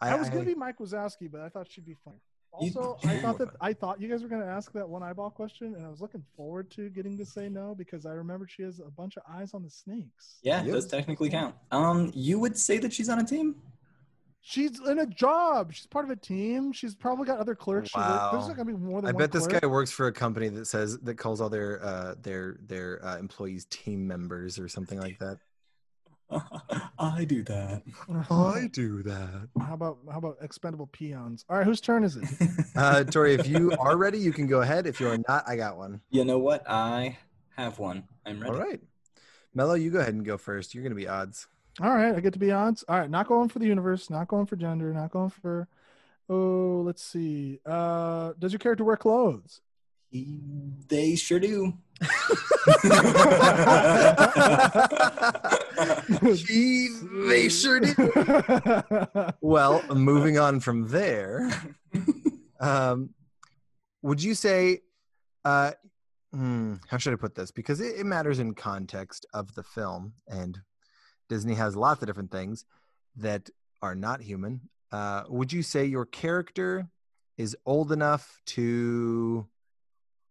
I, was gonna be Mike Wazowski, but I thought she'd be funny. Also, I thought that I thought you guys were going to ask that one eyeball question, and I was looking forward to getting to say no because I remember she has a bunch of eyes on the snakes.
Yeah,
Yep.
does technically count. Um, you would say that she's on a team?
She's in a job. She's part of a team. She's probably got other clerks. She works-
Wow.
There's not going to be more than
I
one
bet this
clerk.
guy works for a company that says that calls all their uh, their their uh, employees team members or something like that.
I do that.
do that.
How about how about expendable peons? All right, whose turn is it?
Uh, Tori, if you are ready, you can go ahead. If you are not, I got one.
You know what? I have one. I'm ready.
All right, Mello, you go ahead and go first. You're going to be odds.
All right, I get to be odds. All right, not going for the universe, not going for gender, not going for. Oh, let's see. Uh, does your character wear clothes?
He- They sure do. Oh,
Gee, they sure did. Well, moving on from there, um, would you say, uh, hmm, how should I put this? Because it, it matters in context of the film, and Disney has lots of different things that are not human. Uh, would you say your character is old enough to,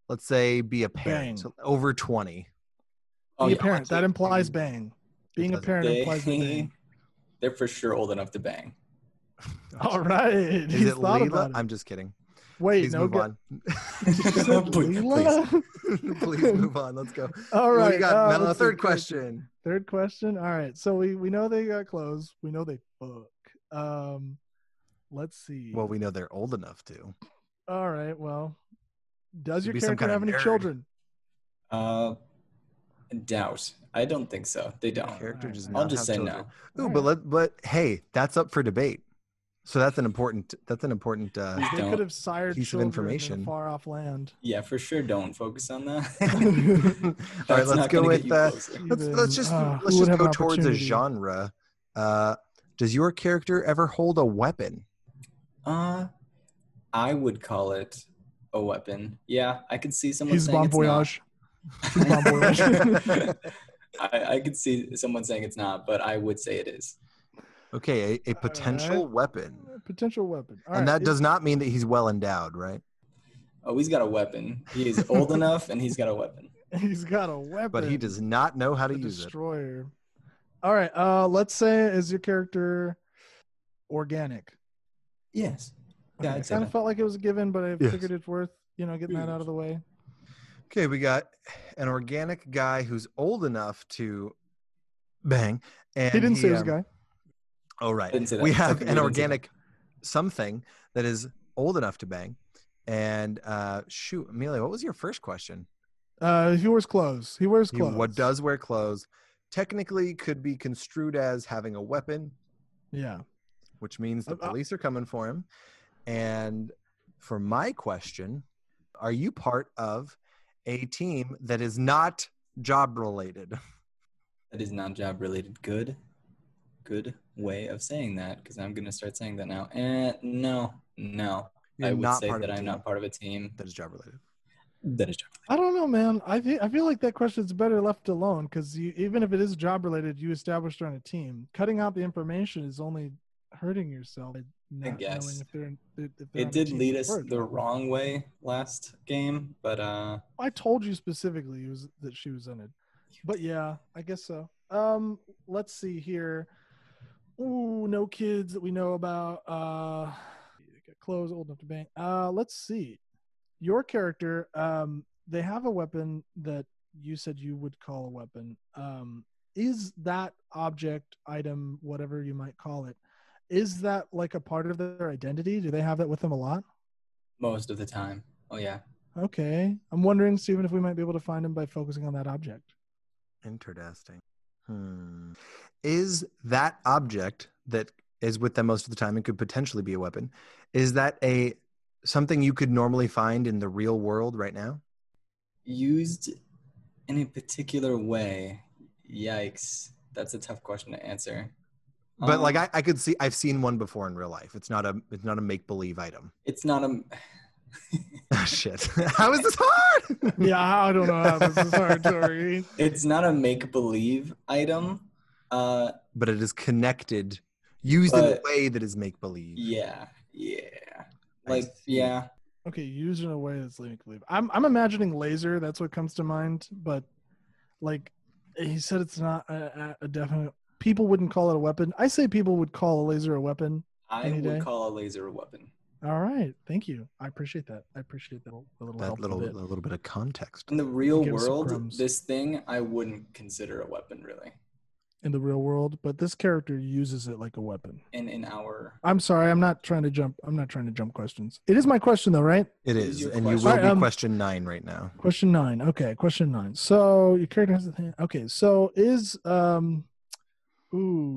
let's say, be a parent
Bang.
over 20? Oh,
Being
yeah,
a parent that implies bang. Being a
mm, doesn't.
parent implies a
They,
bang.
they're for sure old enough to bang.
All right,
Is
he's
it
thought
Leela?
about it.
I'm just kidding.
Wait,
Please
no,
move
get-
on.
You said
Please,
Leela?
Please move on. Let's go.
All
What
right,
do you got,
uh,
Mel?
let's see.
Third question.
Third question. All right, so we we know they got clothes. We know they fuck. Um, let's see.
Well, we know they're old enough to.
All right. Well, does
You'd
your
be some
character
kind of
have any
nerd.
children?
Uh, doubt. I don't think so. They
Your
don't.
character
Alright,
does
alright.
not
I'll just
have
say
children.
no.
Ooh, but let, but hey, that's up for debate. So that's an important. That's an important. Uh,
Please
They
don't.
could have sired
Piece of
children in
information.
a far off land.
Yeah, for sure. Don't focus on that.
all right,
That's
let's
not
go
gonna
with.
get you
Uh,
closer.
let's let's just
Even, uh,
let's
who would
just
have
go
an
towards a
opportunity?
genre. Uh, does your character ever hold a weapon?
Uh, I would call it a weapon. Yeah, I could see someone
He's
saying
bon
it's not.
voyage. He's bon voyage.
I, I could see someone saying it's not, but I would say it is.
Okay, a, a potential weapon,
Potential weapon. All
and
right,
that does not mean that he's well endowed, right?
Oh, he's got a weapon. He is old enough, and he's got a weapon.
He's got a weapon.
But he does not know how to
the
use it.
destroyer. All right. Uh, let's say is your character organic?
Yes. Yeah, I'd say
kind of
that.
felt like it was a given, but I
Yes.
figured it's worth you know getting that out of the way.
Okay, we got an organic guy who's old enough to bang. And
he didn't say it was a
um,
guy.
Oh, right.
Didn't say that.
We have
Technically
an
didn't say
organic something that is old enough to bang. And uh, shoot, Amelia, what was your first question?
Uh, he wears clothes. He wears
He
clothes.
what does wear clothes technically could be construed as having a weapon,
Yeah.
which means the
Uh, uh.
police are coming for him. And for my question, are you part of a team that is not job related?
That is not job related. Good, good way of saying that because I'm gonna start saying that now. And no, no,
You're
I would
not
say
part
that
of a
I'm
team
not part of a team.
that is job related.
That is job.
I don't know, man. I fe- I feel like that question's better left alone because even if it is job related, you established on a team. Cutting out the information is only hurting yourself. by Not
guess.
knowing if they're, if they're on
It
a
did
team
lead
that
us
worked.
the wrong way last game, but uh,
I told you specifically it was that she was in it, but yeah, I guess so. Um, let's see here. Ooh, no kids that we know about. Uh, got clothes old enough to bang. Uh, let's see. Your character. Um, they have a weapon that you said you would call a weapon. Um, is that object, item, whatever you might call it, is that like a part of their identity? Do they have that with them a lot?
most of the time. Oh yeah.
Okay. I'm wondering, Stephen, if we might be able to find him by focusing on that object.
Interesting. Hmm. Is that object that is with them most of the time and could potentially be a weapon? Is that a something you could normally find in the real world right now?
used in a particular way yikes that's a tough question to answer
But
Um,
like I, I could see I've seen one before in real life. It's not a it's not a make believe item. Ah,
it's not a
Shit. How is this hard?
Yeah, I don't know how this is hard, Tori.
it's not a make believe item uh
But it is connected, used in a
But-
way that is make believe.
yeah yeah Like, yeah.
Okay, used in a way that's leaving leave. I'm I'm imagining laser. That's what comes to mind. But like he said, it's not a, a a definite. People wouldn't call it a weapon. I say people would call a laser a weapon.
I
Any
would
day.
call a laser a weapon.
All right, thank you. I appreciate that. I appreciate that little, little
That
helpful
little,
bit.
a little bit of context.
In the real
Give us some
world,
crumbs.
this thing I wouldn't consider a weapon really.
in the real world, but this character uses it like a weapon.
In in our
I'm sorry, I'm not trying to jump. I'm not trying to jump questions. It is my question though, right?
It
What is
is,
your
and you
question?
will
Sorry,
be
um,
question nine right now.
Question nine. Okay, question nine. So your character has a thing. Okay, so is um, ooh,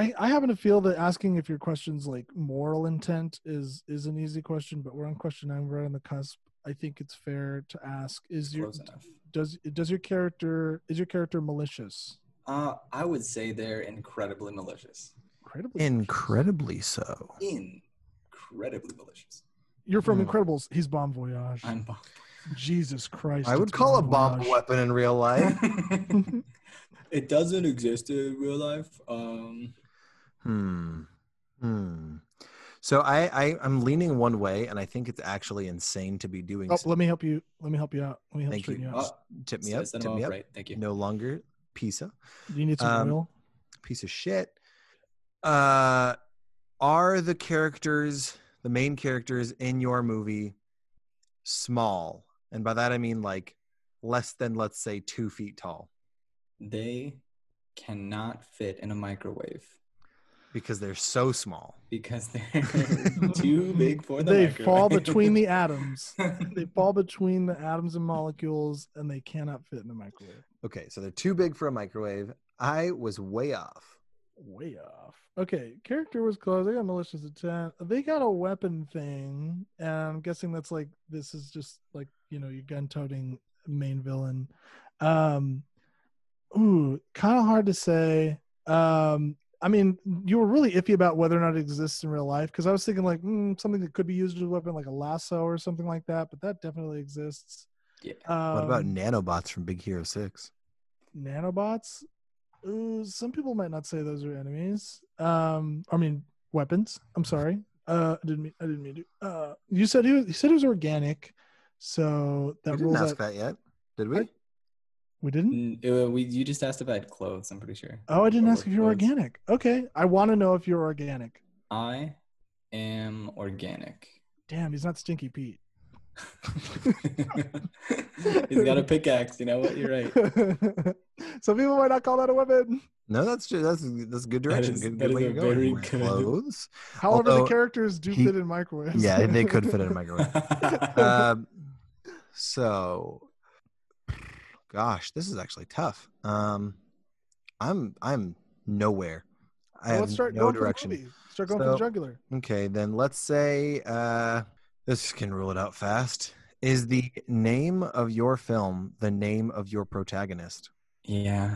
I I happen to feel that asking if your question's like moral intent is is an easy question, but we're on question nine. We're right on the cusp. I think it's fair to ask: Is your
close enough.
does does your character is your character malicious?
Uh, I would say they're incredibly malicious.
Incredibly.
Incredibly so.
Incredibly malicious.
You're from
Hmm.
Incredibles. He's Bon Voyage.
I'm bummed.
Jesus Christ.
I would
it's
call a
Bon
bomb a
Voyage.
weapon in real life.
it doesn't exist in real life. Um,
hmm. Hmm. So I, I, I'm leaning one way, and I think it's actually insane to be doing.
Oh,
so.
let me help you. Let me help you out. Let me help
Thank
straighten
you.
you, out.
oh,
Tip me
so I
up.
said
Tip
I'm
me
all
up.
right. Thank you.
No longer pizza.
Do you need some
Um,
oil?
piece of shit. Uh, are the characters, the main characters in your movie, small? And by that I mean like less than, let's say, two feet tall,
They cannot fit in a microwave
because they're so small.
because they're too big for the
They
microwave.
fall between the atoms. They fall between the atoms and molecules, and they cannot fit in the microwave.
Okay, so they're too big for a microwave. I was way off.
Way off. Okay, character was close. They got malicious intent. They got a weapon thing, and I'm guessing that's like this is just like you know your gun-toting main villain. Um, ooh, kind of hard to say. Um, I mean, you were really iffy about whether or not it exists in real life because I was thinking like mm, something that could be used as a weapon, like a lasso or something like that. But that definitely exists.
Yeah.
Um,
What about nanobots from Big Hero Six?
nanobots? Ooh, some people might not say those are enemies. Um, I mean weapons. I'm sorry. Uh, I didn't mean. I didn't mean to. Uh, you said he was, you said it was organic, so that
We
rules
didn't ask
out.
that yet, did we?
I- We didn't.
N- uh, we, you just asked if I had clothes. I'm pretty sure.
Oh, I didn't
Or
ask if you're
clothes.
organic. Okay, I want to know if you're organic.
I am organic.
Damn, he's not Stinky Pete.
He's got a pickaxe. You know what? You're right.
Some people might not call that a weapon.
No, that's ju- that's that's good direction.
is-
good
that
good
is
way
a
you're going.
very
Wear
good-
Clothes.
However,
Although,
the characters do
he-
fit in microwaves.
Yeah, they could fit in a microwave. um, so gosh this is actually tough um i'm i'm nowhere i
Well,
have
let's start
no
going for the
direction
movie. Start going for
So-
the jugular.
okay then let's say uh this can rule it out fast is the name of your film the name of your protagonist
yeah.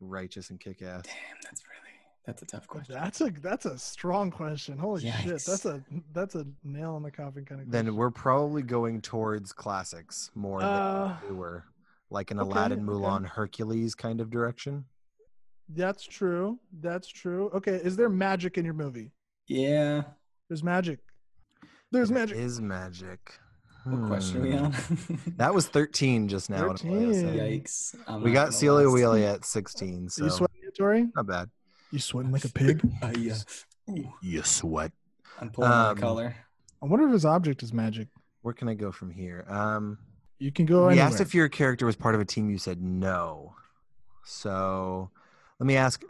righteous and kick-ass
Damn, that's really that's a tough question.
That's a that's a strong question. Holy shit,
Yikes.
that's a that's a nail in the coffin kind of.
then we're probably going towards classics more
Uh,
than newer like an
okay,
aladdin
okay.
mulan hercules kind of direction
That's true. That's true. Okay, is there magic in your movie?
Yeah.
There's magic. There's
There
magic.
is magic
What question are we
Hmm.
on?
That was 13 just now. in Emilio said.
13.
Yikes. I'm
We
not
got
gonna
Celia
last.
Wheelie at 16,
Are you
so
sweating, it, Tori?
not bad.
You sweating like a pig? Ah,
Uh, yeah. Ooh,
You sweat.
I'm pulling my
Um,
collar.
I wonder if his object is magic.
Where can I go from here? Um,
You can go
we
anywhere.
asked if your character was part of a team. You said no. So let me ask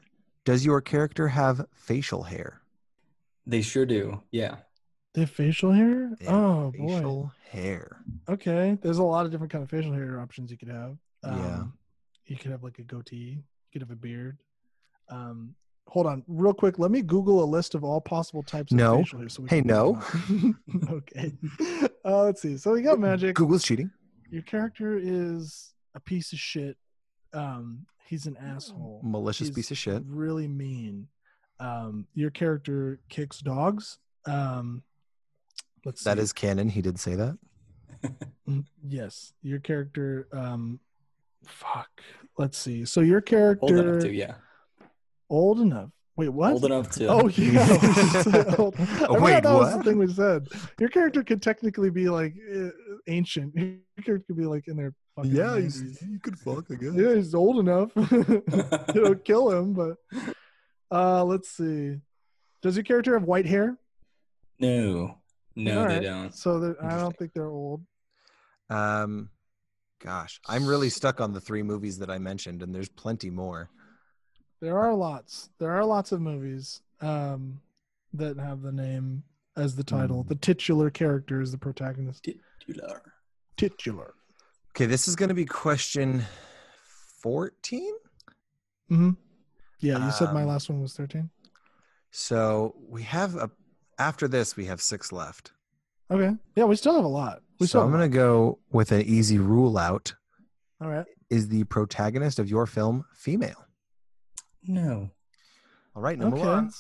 Does your character have facial hair?
They sure do. Yeah.
they have facial hair.
They have
Oh boy.
facial hair.
Okay. There's a lot of different kind of facial hair options you could have. Um,
Yeah.
You could have like a goatee. You could have a beard. Um, hold on, real quick. Let me Google a list of all possible types of
No.
facial hair. So we
Hey,
can pick
no.
them up. okay. Uh, let's see. So we got magic.
Google's cheating.
Your character is a piece of shit. Um, he's an asshole.
Malicious
He's
piece of shit.
Really mean. Um, your character kicks dogs. Um, let's
That
see.
is canon. He did say that.
Mm, yes your character um fuck let's see so your character
Hold on to yeah.
old enough Wait, what?
Old enough to.
Oh yeah.
Oh,
I
wait,
Wait, that was the
what?
thing we said. Your character could technically be like eh, ancient. Your character could be like in their fucking
yeah, you,
90s.
you could fuck, I guess.
yeah, he's old enough. It'll kill him, but uh let's see. Does your character have white hair?
no, no,
All
they
right,
don't.
So they're- I
Interesting.
don't think they're old.
Um, gosh, I'm really stuck on the three movies that I mentioned, and there's plenty more.
There are lots. There are lots of movies um that have the name as the title.
Mm.
The titular character is the protagonist.
Titular.
Titular.
Okay, this is going to be question 14.
hmm Yeah, you said my
Um,
last one was thirteen.
So we have a after this we have six left.
Okay. Yeah, we still have a lot. We
so
still.
I'm
have a
gonna go with an easy rule out.
lot. All right.
Is the protagonist of your film female?
No,
All right, no
Okay.
Mulans.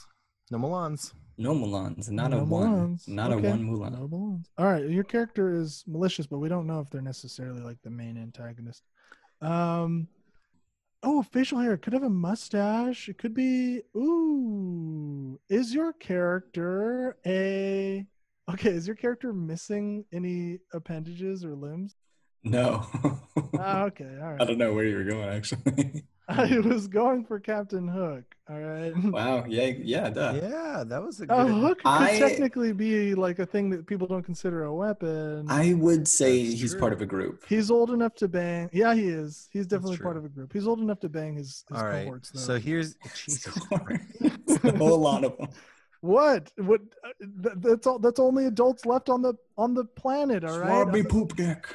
No Mulans.
no Mulans. Not a
No
one.
Mulans.
Not
Okay.
a one Mulan.
No balloons. All right, your character is malicious, but we don't know if they're necessarily like the main antagonist. Um, oh, facial hair. It Could have a mustache. It could be. Ooh, is your character a? Okay, is your character missing any appendages or limbs?
No.
Ah, okay, all
I
right.
don't know where you were going actually.
I was going for Captain Hook. All right.
wow. Yeah. Yeah. Duh.
Yeah, that was a good.
A hook could
I-
technically be like a thing that people don't consider a weapon.
I would say
That's
he's
true.
part of a group.
He's old enough to bang. Yeah, he is. He's definitely part
true.
of a group. He's old enough to bang his, his
All right.
cohorts. Though.
So here's Jesus Christ.
a whole lot of them.
what? What? uh, th- that's all. That's only adults left on the on the planet. All right.
Swabby poop dick.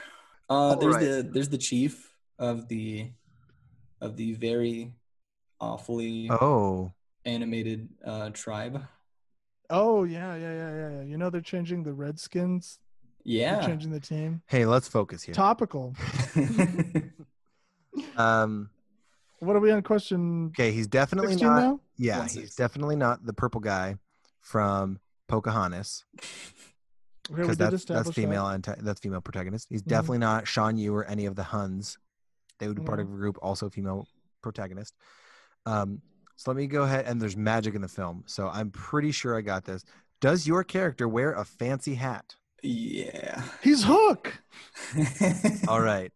Uh, there's
Alright.
the there's the chief of the of the very awfully
Oh,
animated uh, tribe.
Oh yeah, yeah, yeah, yeah, yeah. You know they're changing the Redskins. They're
Yeah.
changing the team.
hey, let's focus here.
Topical.
Um,
What are we on question
okay, he's definitely
sixteen
not.
now?
Yeah,
One
he's
six.
definitely not the purple guy from Pocahontas
Okay, we
because that's
did
that's
establish that.
female and that's female protagonist. He's
Mhm.
definitely not Sean Yu or any of the Huns. They would be part
Mhm.
of a group also female protagonist. Um, so let me go ahead and there's magic in the film, so I'm pretty sure I got this. Does your character wear a fancy hat?
yeah.
He's Hook.
All right,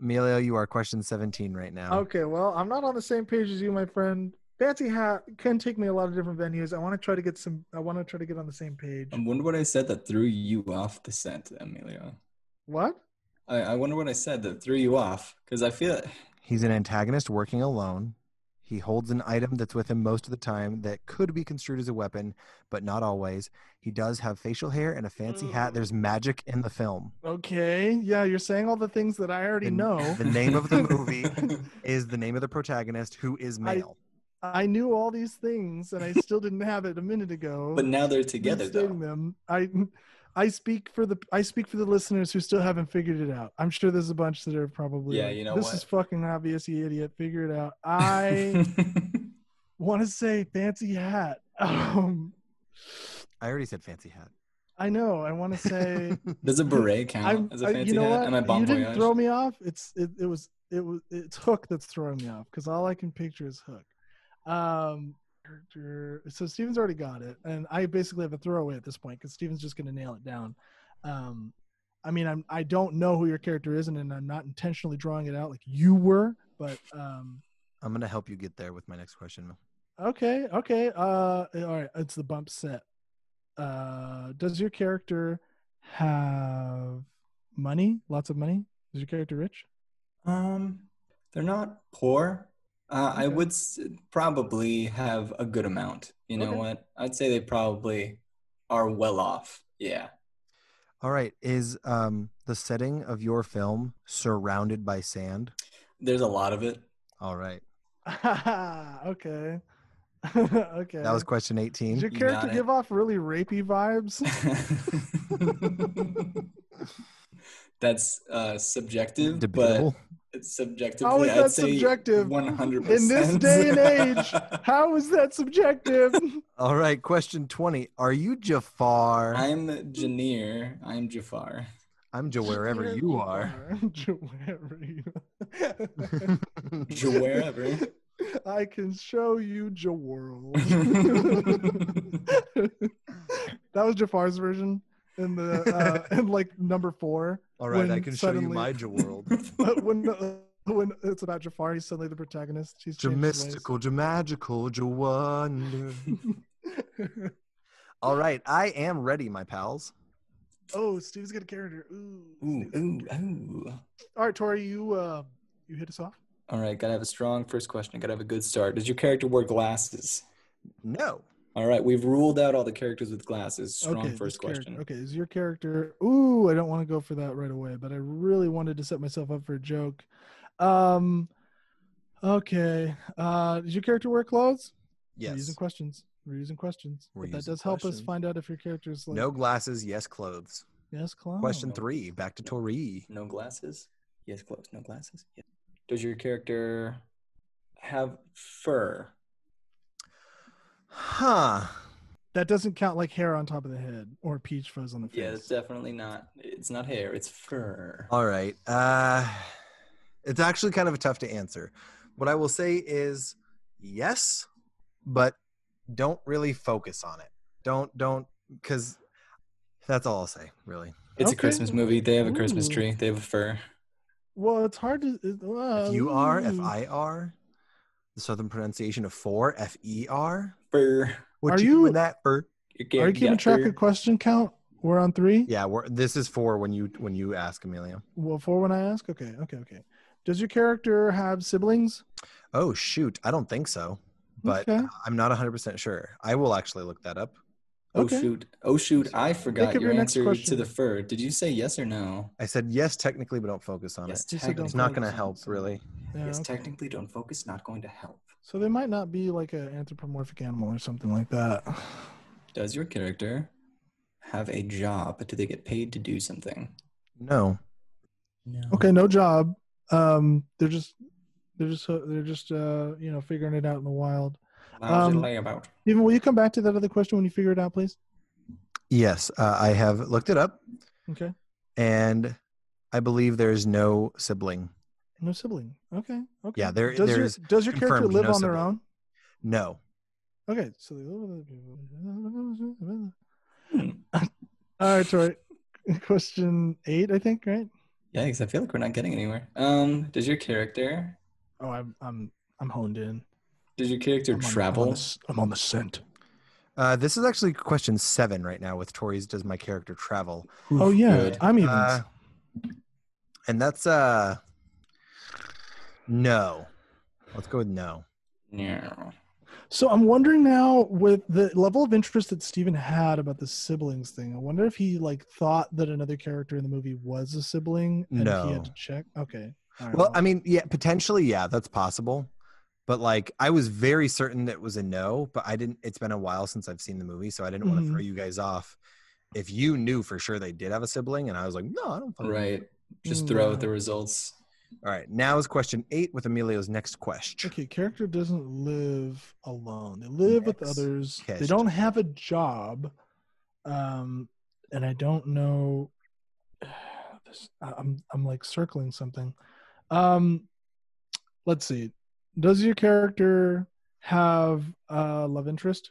Emilio, you are question 17 right now.
Okay, well, I'm not on the same page as you, my friend. Fancy hat can take me a lot of different venues. I want to try to get some. I want to try to get on the same page.
Um,
I wonder what I said that threw you off the scent, Emilio.
What?
I, I wonder what I said that threw you off because I feel
He's an antagonist working alone. He holds an item that's with him most of the time that could be construed as a weapon, but not always. He does have facial hair and a fancy
Mm.
hat. There's magic in the film.
Okay. Yeah, you're saying all the things that I already
And-
know.
The name of the movie is the name of the protagonist, who is male.
I knew all these things, and I still didn't have it a minute ago.
But now they're
I'm
together
stating
though.
them. I, I speak for the I speak for the listeners who still haven't figured it out. I'm sure there's a bunch that are probably
Yeah,
like,
you know
this
what?
is fucking obvious, you idiot. Figure it out. I want to say fancy hat. Um,
I already said fancy hat.
I know. I want to say
Does a beret count
I'm.
as a
I,
fancy
you know
hat?
what?
Am I bon
you didn't
voyage?
throw me off. It's it, it was it was it's Hook that's throwing me off because all I can picture is Hook. Um, character. So Steven's already got it, and I basically have a throwaway at this point because Steven's just going to nail it down. Um, I mean, I'm I don't know who your character is, and, and I'm not intentionally drawing it out like you were, but um.
I'm gonna help you get there with my next question.
Okay, okay. Uh all right, it's the bump set. Uh does your character have money? Lots of money? Is your character rich?
Um, they're not poor. Uh, I
Okay.
would s- probably have a good amount. You know
Okay.
what? I'd say they probably are well off. Yeah.
All right, is um, the setting of your film surrounded by sand?
There's a lot of it.
All right,
okay. okay.
that was question
Did
18.
your
You
character
got it.
give off really rapey vibes?
That's uh, subjective,
Debatable.
but subjectively,
How is
I'd
that
say
subjective?
100%.
In this day and age, how is that subjective?
All right, question 20. Are you Jafar?
I'm Janir. I'm Jafar.
I'm Ja wherever you are.
Wherever you are.
Wherever.
I can show you Jaworld. that was Jafar's version in the uh, in like number four.
All right, I
When
can show you
suddenly-
my Jaworld.
when uh, when it's about Jafar, he's suddenly the protagonist. He's changed his ways.
Jamistical, Jamagical, Jawonder. All right, I am ready, my pals.
oh, Steve's got a character. Ooh.
ooh,
Steve's-
ooh, ooh.
All right, Tori, you uh, you hit us off.
All right, gotta have a strong first question. Gotta have a good start. Does your character wear glasses?
No.
All right, we've ruled out all the characters with glasses. Strong
this
first
character-
question.
Okay, is your character? Ooh, I don't want to go for that right away, but I really wanted to set myself up for a joke. Um, okay. Uh, does your character wear clothes? We're using
Yes.
questions. We're using questions.
We're
but that
using
does help us
questions.
find out if your character's like
No glasses, yes clothes.
yes, clown.
Question
no.
three, back to
No.
Tori.
No glasses? Yes, close. No glasses? Yes. Does your character have fur?
Huh.
That doesn't count like hair on top of the head or peach fuzz on the face.
Yeah, it's definitely not. It's not hair, it's fur.
All right. Uh, it's actually kind of tough to answer. What I will say is yes, but don't really focus on it. Don't don't because that's all I'll say. Really,
It's
Okay.
a Christmas movie. They have a Christmas
Ooh.
tree. They have a fur.
Well, it's hard to. It, well, hmm.
if you are, if
ooh.
I are, the southern pronunciation of four, F E R.
Fur.
What
Are
you, doing
you-
that for?
are
Your
you
character
keeping
got
track
fur.
of question count? We're on three.
Yeah, we're, this is four when you when you ask Amelia.
Well, four when I ask. Okay, okay, okay. Does your character have siblings?
Oh shoot, I don't think so, but
Okay.
uh, I'm not 100 percent sure. I will actually look that up.
Oh
Okay.
shoot! Oh shoot! I
Think
forgot
of
your,
your next
answer to
question.
the fur. Did you say yes or no?
I said yes technically, but don't focus on
Yes,
it.
You said
technically.
don't
It's not going
focus
to
on
help
something.
really.
Yeah,
yes,
okay.
technically, don't focus. Not going to help.
So they might not be like an anthropomorphic animal or something like that.
Does your character have a job? Do they get paid to do something?
No.
No.
Okay, no job. Um, they're just, they're just, they're just, uh, you know, figuring it out in the wild.
Lousy
um,
layabout.
Even will you come back to that other question when you figure it out, please?
Yes, uh, I have looked it up,
Okay.
and I believe there is no sibling.
No sibling. Okay. Okay.
Yeah, there-
does
there's
your, does your character
confirmed
live
no
on their
sibling.
own?
No.
Okay, so they live with other people.
Hmm.
All right, Tori. Question eight, I think, right?
Yikes! I feel like we're not getting anywhere. Um, does your character?
Oh, I'm I'm I'm honed in.
Does your character
I'm on- I'm on the
travel?
s- I'm on the scent.
Uh, this is actually question seven right now with Tori's Does My Character Travel?
Oh yeah,
Good.
I'm even.
Uh, and that's uh, no. Let's go with no.
No.
so I'm wondering now, with the level of interest that Steven had about the siblings thing, I wonder if he like thought that another character in the movie was a sibling, and he
No.
had to check. Okay. All right,
Well, I mean, yeah, potentially, yeah, that's possible. But like, I was very certain that it was a no, but I didn't. It's been a while since I've seen the movie, so I didn't want
Mhm.
to throw you guys off. If you knew for sure they did have a sibling, and I was like, no, I
Oh,
don't. fucking know."
Right. Just throw
No.
out the results.
All right, now is question eight with Emilio's next question.
Okay, character doesn't live alone. They live with
Next
others. They
question.
don't have a job. Um, and I don't know. This, I- I'm I'm like circling something. Um, let's see. Does your character have a love interest?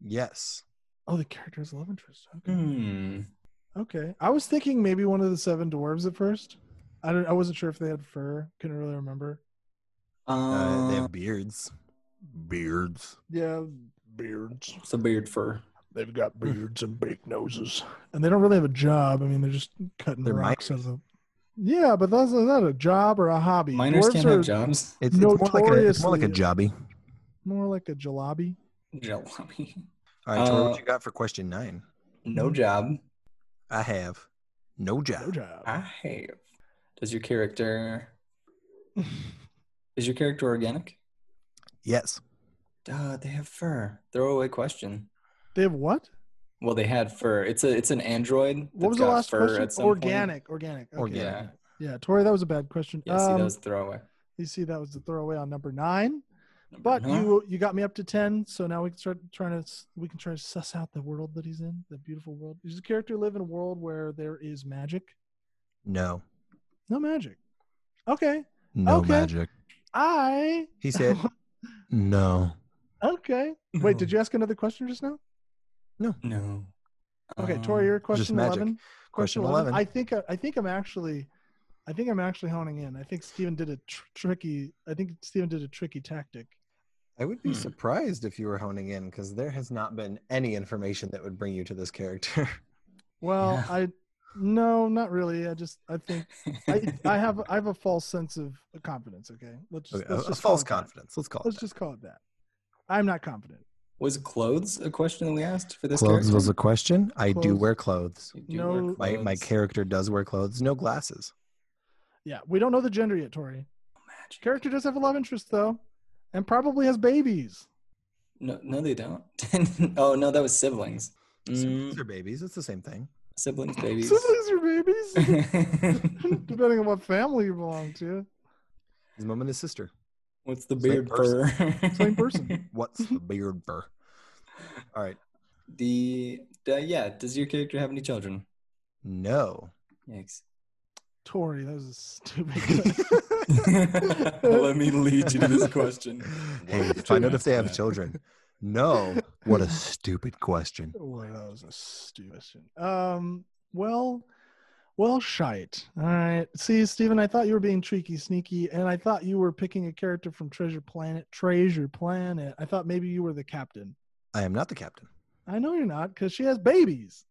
Yes.
Oh, the character has a love interest. Okay.
Hmm.
Okay. I was thinking maybe one of the seven dwarves at first. I don't. I wasn't sure if they had fur. Couldn't really remember.
Uh, they
Um,
have beards. Beards.
Yeah, beards.
it's a beard fur.
They've got beards and big noses, Hmm. and they don't really have a job. I mean, they're just cutting
They're
rocks out of the. Yeah, but that's not a job or a hobby.
Miners
Dwarves
can't
are
have jobs.
It's, it's more like a, it's more like a
Notoriously-
jobby.
More like a jalabi.
Jalopy.
All right, Tori,
Uh,
what you got for question nine?
Hmm.
No job.
I have no job.
Ah.
No job.
I have. Does your character is your character organic?
Yes.
Duh, they have fur. Throwaway question.
they have what?
Well, they had fur. It's a it's an android.
What
that's
was the
got
last
fur
question?
at some point.
Organic. Organic. Okay.
Organic.
Yeah.
Yeah, Tori, that was a bad question.
Yeah, see,
Um,
that was throwaway.
You see, that was the throwaway on number nine.
Number
But
nine.
you you got me up to ten, so now we can start trying to s- we can try to suss out the world that he's in, the beautiful world. Does the character live in a world where there is magic?
No.
No magic. Okay.
No
Okay.
magic.
I
He said, No.
Okay. Wait, did you ask another question just now?
No.
Okay, Tori, your question
Um, magic.
eleven.
Question 11.
I think uh, I think I'm actually, I think I'm actually honing in. I think Steven did a tr- tricky. I think Steven did a tricky tactic.
I would be
Hmm.
surprised if you were honing in because there has not been any information that would bring you to this character.
Well,
Yeah.
I no, not really. I just I think I, I have I have a false sense of confidence. Okay, let's just,
Okay, a,
let's
a
just call
false
it that.
confidence. Let's call it.
Let's just call it that. I'm not confident.
was clothes a question that we asked for this
clothes
character?
was a question. I do
Clothes.
wear clothes.
You do wear
No.
My my
clothes.
character does wear clothes. No glasses.
Yeah, we don't know the gender yet, Tori.
Magic.
Character does have a love interest though, and probably has babies.
No, no, they don't. oh no, that was siblings. Mm,
Siblings are babies. It's the same thing.
siblings, babies.
Siblings are babies, depending on what family you belong to.
His mom and his sister.
What's the
Same
beard fur?
person.
Same person.
What's the beard fur? All right.
The, the yeah. Does your character have any children?
No.
Yikes.
Tori, that was a stupid.
Let me lead you to this question.
hey, find out if they have children. No. What a stupid question.
Boy, that was a stupid question. Um, well, well, shite. All right. See, Steven, I thought you were being tricky, sneaky, and I thought you were picking a character from Treasure Planet. Treasure Planet. I thought maybe you were the captain.
I am not the captain.
I know you're not, because she has babies.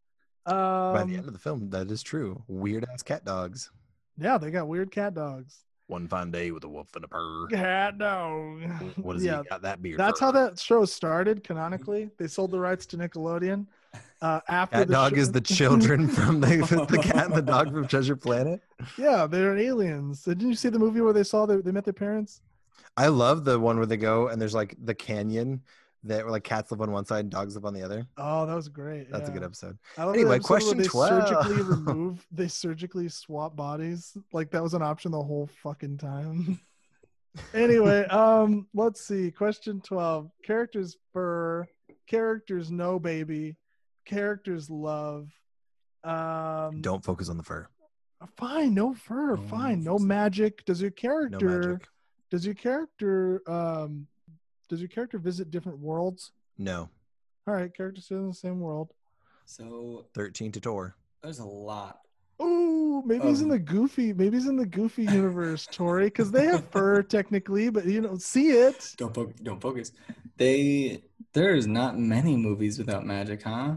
Um,
By the end of the film, that is true. Weird ass cat dogs.
yeah, they got weird cat dogs.
One fine day with a wolf and a purr.
Cat dog.
What does
yeah,
he got that beard?
that's
fur?
how that show started canonically. They sold the rights to Nickelodeon. Uh, after
cat
the
dog
show-
is the children from the, the cat and the dog from Treasure Planet.
Yeah, they're aliens. Didn't you see the movie where they saw their, they met their parents?
I love the one where they go and there's like the canyon that where like cats live on one side and dogs live on the other.
Oh, that was great.
That's a good
yeah.
episode.
I love the
Anyway,
episode where
question
they
12.
Surgically remove. They surgically swap bodies. Like that was an option the whole fucking time. anyway, um, let's see. Question twelve. Characters fur. Characters no baby. Characters love. Um,
Don't focus on the fur.
fine. No fur.
No
fine. No
magic.
magic. Does your
No
character?
magic.
Does your character? Um, does your character visit different worlds?
No.
All right, characters still in the same world.
So
13 to Tor.
there's a lot.
Ooh, maybe he's in
Um.
the Goofy. Maybe he's in the Goofy universe, Tori, because they have fur technically, but you don't see it.
Don't fo- don't focus. They there's not many movies without magic, huh?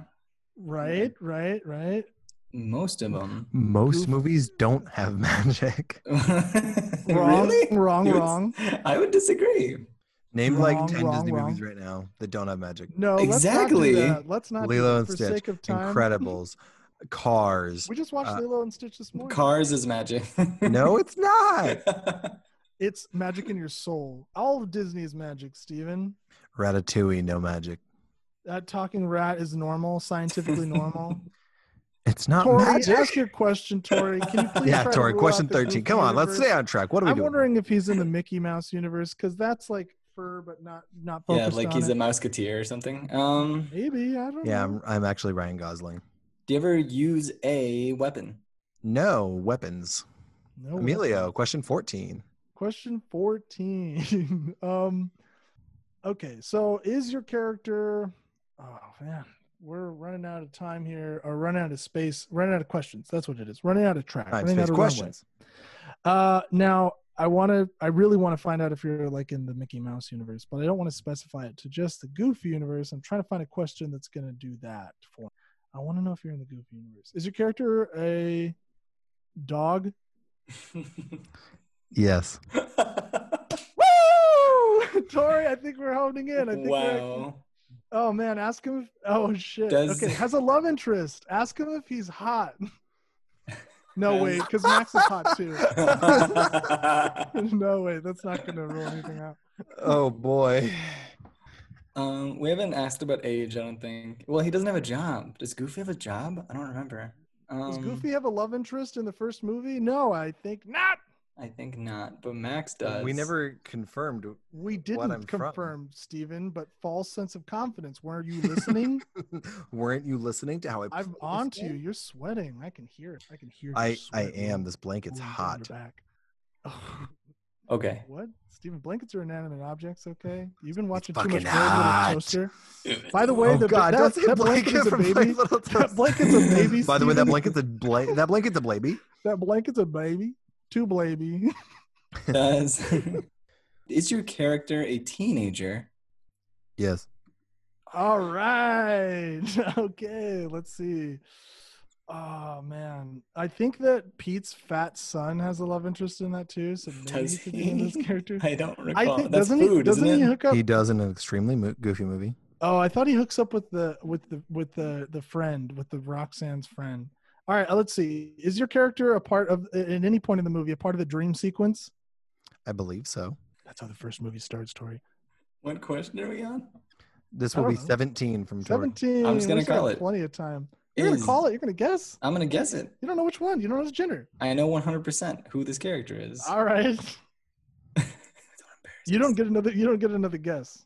Right, right, right.
Most of them.
Most
Goof.
movies don't have magic.
Wrong,
really?
wrong,
You would-
wrong.
I would disagree.
Name
Wrong,
like 10
wrong,
Disney
wrong.
movies right now that don't have magic.
No,
Exactly.
Let's not do that. Let's not do
Lilo
that
and
for
Stitch.
sake of time.
Incredibles, Cars.
We just watched
Uh,
Lilo and Stitch this morning.
Cars is magic.
No, it's not.
That's
it's magic in your soul. All of Disney is magic, Steven.
Ratatouille, no magic.
That talking rat is normal, scientifically normal.
It's not
Tori, ask
magic.
your question, Tori. Can you please?
Yeah,
try to
Tori.
rule
Question
out the
13.
Goofy
Come on, let's
universe?
stay on track. What are we
I'm
doing?
wondering if he's in the Mickey Mouse universe because that's like fur, but not not
Yeah,
focused
like
on
he's a
it.
musketeer or something. Um,
Maybe I don't
yeah,
know.
I'm, I'm actually Ryan Gosling.
do you ever use a weapon?
No weapons.
No way.
Emilio, question 14.
Question fourteen. um, okay, so is your character? Oh man, we're running out of time here, or running out of space, running out of questions. That's what it is. Running out of track.
Time,
running out
space,
of runway.
questions.
Uh, now I want to. I really want to find out if you're like in the Mickey Mouse universe, but I don't want to specify it to just the Goofy universe. I'm trying to find a question that's going to do that for. I want to know if you're in the Goofy universe. Is your character a dog?
Yes.
Woo! Tori, I think we're holding in. I think we're,
wow.
oh man, ask him. If, oh shit.
Does-
Okay, has a love interest. Ask him if he's hot. No
Does-
way, because Max is hot too. no way, that's not going to rule anything out.
Oh, boy.
um, we haven't asked about age. I don't think. Well, he doesn't have a job. Does Goofy have a job? I don't remember. Um,
Does Goofy have a love interest in the first movie? No, I think not.
I think not, but Max does.
We never confirmed.
We
I'm
didn't
from.
confirm, Steven, but false sense of confidence. Were you listening?
Weren't you listening to how I.
I'm
put this
on to you.
thing?
You're sweating. I can hear it. I can hear your
I, I
sweat
am.
roll-
This blanket's
rolling down
hot.
your back.
Okay.
What? Steven, blankets are inanimate objects. Okay, you've been watching too
fucking
much Brave
hot.
Little Toaster. By the way,
oh
the
God!
that,
don't say
that
blanket,
blanket's a
from
baby.
Brave Little
That
Toast.
blanket's a baby.
By the way, that
Steven.
blanket's a bla- that blanket's a blaby.
that blanket's a baby. Two baby.
Does is your character a teenager?
Yes.
All right. Okay. Let's see. Oh man, I think that Pete's fat son has a love interest in that too. So maybe
Does
he could be in this
he?
character.
I don't recall.
I think
That's
doesn't
food,
he doesn't
isn't
he
it?
hook up?
He does in an extremely mo- goofy movie.
Oh, I thought he hooks up with the with the with the the friend with the Roxanne's friend. All right, uh, let's see. Is your character a part of at any point in the movie a part of the dream sequence?
I believe so.
That's how the first movie starts, Tori.
What question are we on?
This
I
will be
don't know.
17 from Jordan.
Seventeen.
I'm just gonna
we still
call
have
it.
Plenty of time. You're gonna
Is-
call it. You're gonna guess.
I'm gonna guess it.
You don't know which one. You don't know his gender.
I know 100% who this character is.
All right.
Don't embarrass
You don't
us.
get another. You don't get another guess.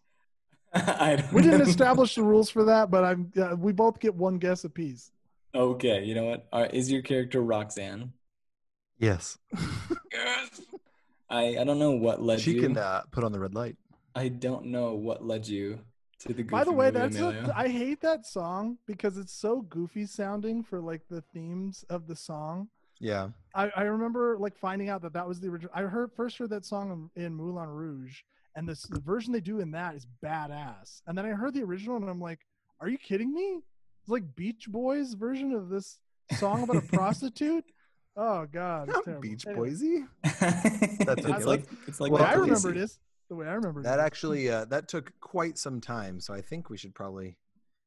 I don't
We didn't
know.
establish the rules for that, but I'm. Uh, we both get one guess apiece.
Okay, you know what? All right, is your character Roxanne?
Yes.
Yes. I, I don't know what led
she
you.
can uh, put on the red light.
I don't know what led you to the. Goofy
By the way,
movie,
that's
Emilio.
a, I hate that song because it's so goofy sounding for like the themes of the song.
Yeah.
I, I remember like finding out that that was the original. I heard first heard that song in, in Moulin Rouge, and this the version they do in that is badass. And then I heard the original, and I'm like, "Are you kidding me? It's like Beach Boys version of this song about a prostitute." Oh God, it's terrible.
Beach
Anyway,
Boysy.
it's
okay.
like it's like
the
Well,
way
the
I remember it
Khaleesi.
is the way I remember it.
That
is.
actually uh, that took quite some time, so I think we should probably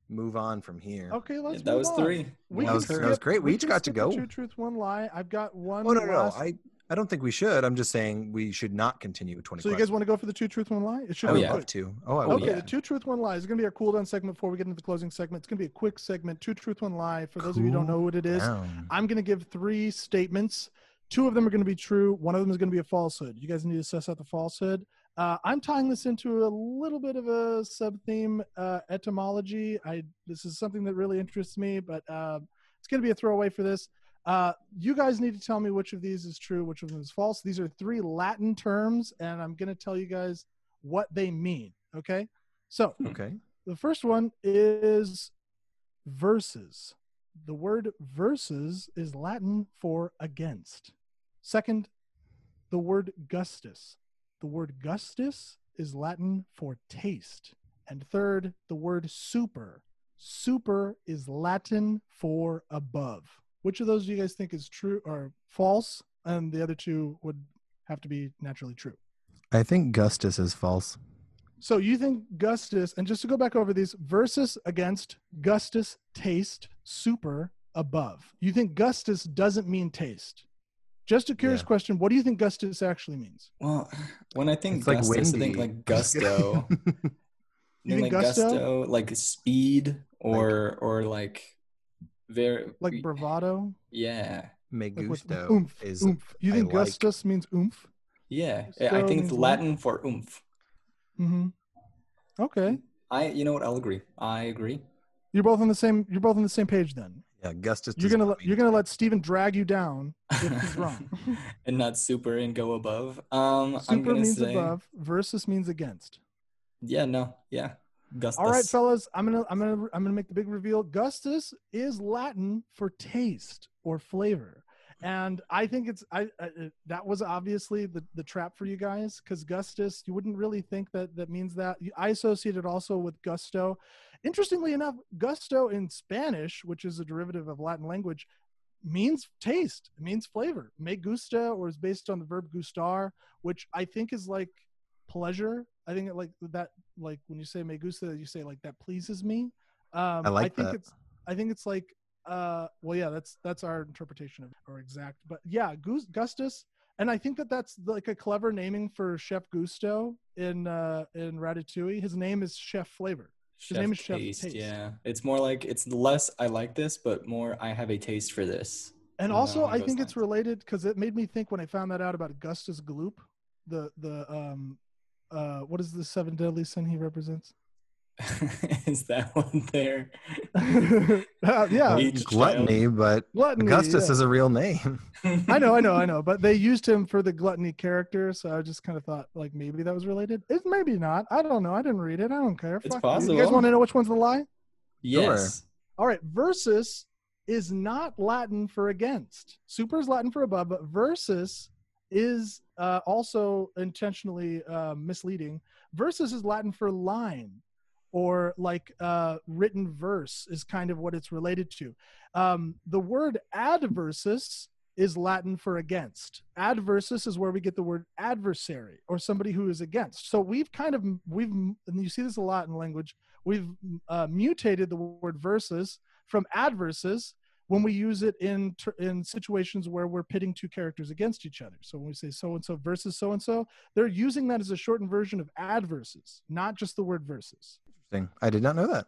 move on from here. Oh,
Okay, let's.
Yeah, that
move
was
on.
three.
We
That
can
was-
skip,
that was great. We each
can
got to
skip the
go.
Two truth, one lie. I've got one.
Oh no, no, no.
last-
I I don't think we should. I'm just saying we should not continue with 20
so you guys
questions.
want to go for the two truth, one lie? It should
I
Oh,
be
would
yeah.
quick.
love to. Oh, I would.
okay,
love
yeah.
the two truth, one lie is going to be our cooldown segment before we get into the closing segment. It's going to be a quick segment. Two truth, one lie. For those of you who don't know what it
to.
is,
Down.
I'm going to give three statements. Two of them are going to be true. One of them is going to be a falsehood. You guys need to suss out the falsehood. Uh, I'm tying this into a little bit of a sub theme uh, etymology. I this is something that really interests me, but uh, it's going to be a throwaway for this. Uh, you guys need to tell me which of these is true, which of them is false. These are three Latin terms, and I'm going to tell you guys what they mean. Okay, so
Okay.
the first one is versus. The word versus is Latin for against. Second, the word gustus. The word gustus is Latin for taste. And third, the word super. Super is Latin for above. Which of those do you guys think is true or false? And the other two would have to be naturally true.
I think Gustus is false.
So you think Gustus, and just to go back over these, versus against Gustus taste super above. You think Gustus doesn't mean taste. Just a curious
Yeah.
question. What do you think Gustus actually means?
Well, when I think
It's like
gusto, I think
windy.
like gusto.
You
Then,
think
like
gusto?
like speed or or like very
Like bravado?
yeah
Like with
Megusto
oomph,
is
oomph. You
I
think
like.
Gustus means oomph?
yeah. I
Gusto
think
means
it's
what?
Latin for oomph.
Mm-hmm. Okay.
I you know what? I'll agree. I agree.
You're both on the same you're both on the same page then.
yeah, Gustus.
You're
does
gonna
not
let
mean
you're gonna let Steven drag you down if he's wrong.
and not super and go above. Um, I'm
super
gonna
means
say
above, versus means against.
yeah, no, yeah. Gustus.
All right, fellas, I'm gonna I'm gonna I'm gonna make the big reveal. Gustus is Latin for taste or flavor, and I think it's I, I I- that was obviously the the trap for you guys because Gustus you wouldn't really think that that means that. You- I associate it also with gusto. Interestingly enough, gusto in Spanish, which is a derivative of Latin language, means taste. It means flavor. Me gusta, or is based on the verb gustar, which I think is like pleasure. I think it like that like when you say me gusta, you say like that pleases me. Um,
I like
I think
that.
it's I think it's like uh, well yeah that's that's our interpretation of or exact but yeah Gus- Gustus and I think that that's like a clever naming for Chef Gusto in uh, in Ratatouille. His name is Chef Flavor.
Chef
name is Chef
taste,
Taste.
Yeah, it's more like it's less I like this, but more I have a taste for this.
And
No,
also,
it
I
goes
think it's
nice.
related because it made me think when I found that out about Gustus Gloop, the the um, uh, what is the seven deadly sin he represents?
is that one there?
Uh, yeah,
Each
Gluttony, but
gluttony.
Augustus
yeah.
is a real name.
I know, I know, I know. But they used him for the gluttony character, so I just kind of thought like maybe that was related. It maybe not. I don't know. I didn't read it. I don't care.
It's
Fuck you. You guys
possible.
want to know which one's the lie?
Yes.
All right, versus is not Latin for against. Super is Latin for above, but versus is uh, also intentionally uh, misleading. Versus is Latin for line or like uh, written verse is kind of what it's related to. Um, the word adversus is Latin for against. Adversus is where we get the word adversary or somebody who is against. So we've kind of we've and you see this a lot in language we've uh, mutated the word versus from adverses when we use it in ter- in situations where we're pitting two characters against each other. So when we say so and so versus so and so, they're using that as a shortened version of adverses, not just the word versus.
Interesting. I did not know that.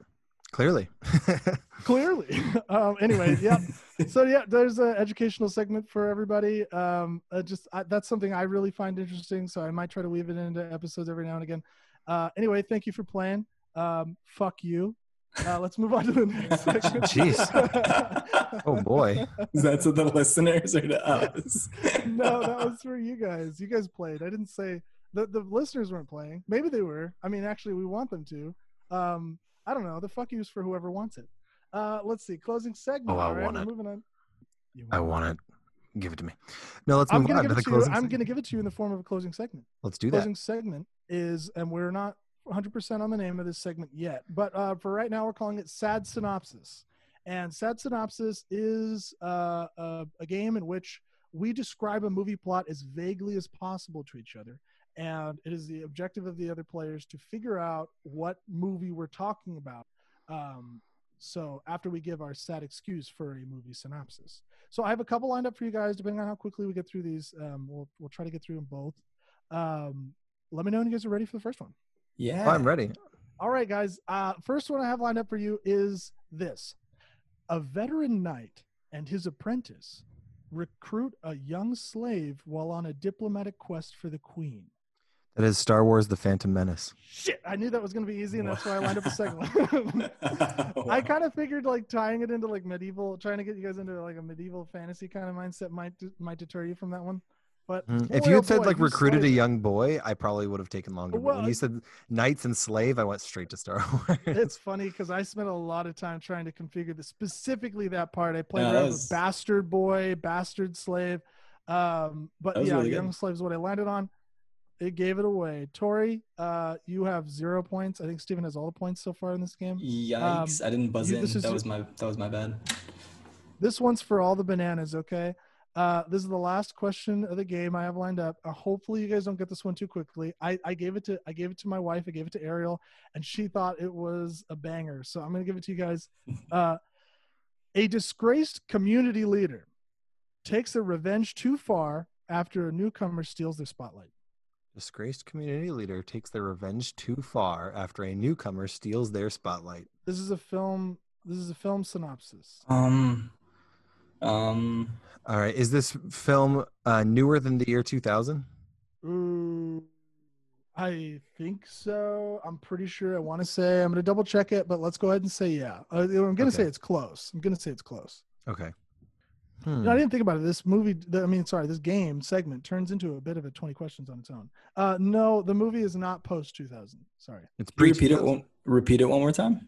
Clearly.
Clearly. um, anyway, yeah. So yeah, there's an educational segment for everybody. Um, uh, just I, that's something I really find interesting, so I might try to weave it into episodes every now and again. Uh, anyway, thank you for playing. Um, fuck you. Uh, let's move on to the next section.
Jeez.
oh boy.
Is that to the listeners or to us?
no, that was for you guys. You guys played. I didn't say the the listeners weren't playing. Maybe they were. I mean, actually, we want them to. Um, I don't know. The fuck yous for whoever wants it. Uh, let's see. Closing segment.
Oh, I
All right,
want
we're
it.
Moving on. You
I
want it.
want it. Give it to me. No, let's
I'm
move
gonna
on
give
to the
it to you.
closing.
I'm
segment.
gonna give it to you in the form of a closing segment.
Let's do that.
Closing segment is, and we're not 100% on the name of this segment yet, but uh, for right now, we're calling it Sad Synopsis. And Sad Synopsis is uh, a, a game in which we describe a movie plot as vaguely as possible to each other. And it is the objective of the other players to figure out what movie we're talking about. Um, so after we give our sad excuse for a movie synopsis. So I have a couple lined up for you guys, depending on how quickly we get through these. Um, we'll, we'll try to get through them both. Um, let me know when you guys are ready for the first one.
Yeah.
Oh, I'm ready.
All right, guys. Uh, first one I have lined up for you is this A veteran knight and his apprentice recruit a young slave while on a diplomatic quest for the queen.
That is Star Wars The Phantom Menace.
Shit, I knew that was going to be easy, and that's why I lined up a second one. I kind of figured like tying it into like medieval, trying to get you guys into like a medieval fantasy kind of mindset might might deter you from that one. But
Mm. If
boy,
you
oh
had said
boy,
like
you
recruited
slayed
a
it.
young boy, I probably would have taken longer. but when
Well,
you said knights and slave, I went straight to Star Wars.
it's funny because I spent a lot of time trying to configure this specifically that part. I played
Yeah, that
around
was-
with bastard boy, bastard slave, um, but
That was
yeah,
really good.
young slave is what I landed on. It gave it away. Tori, uh, you have zero points. I think Steven has all the points so far in this game.
Yikes! I didn't buzz
you-
in.
this is
That
your-
was my that was my bad.
This one's for all the bananas, okay? Uh, this is the last question of the game I have lined up. Uh, hopefully, you guys don't get this one too quickly. I, I gave it to I gave it to my wife. I gave it to Ariel, and she thought it was a banger. So I'm gonna give it to you guys. Uh, a disgraced community leader takes their revenge too far after a newcomer steals their spotlight.
Disgraced community leader takes their revenge too far after a newcomer steals their spotlight.
This is a film. This is a film synopsis.
Um, um,
All right, is this film uh, newer than the year 2000?
Ooh, Mm, I think so. I'm pretty sure. I want to say I'm going to double check it, but let's go ahead and say yeah. Uh, I'm going to say
Okay.
it's close. I'm going to say it's close.
Okay.
You
Hmm.
know, I didn't think about it. This movie, th- I mean, sorry, this game segment turns into a bit of a 20 questions on its own. Uh, no, the movie is not post 2000. Sorry.
It's
can you repeat it.
2000.
One, repeat it one more time.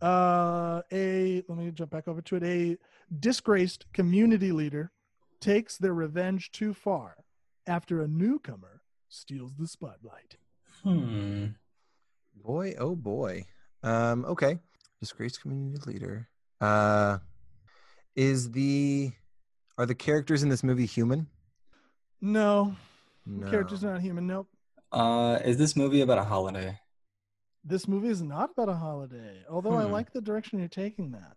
Uh, a let me jump back over to it. A disgraced community leader takes their revenge too far after a newcomer steals the spotlight.
Hmm.
Boy, oh boy. Um, okay. Disgraced community leader. Uh, is the are the characters in this movie human?
No,
No.
character's not human. Nope.
Uh, is this movie about a holiday?
this movie is not about a holiday although i
Hmm.
like the direction you're taking that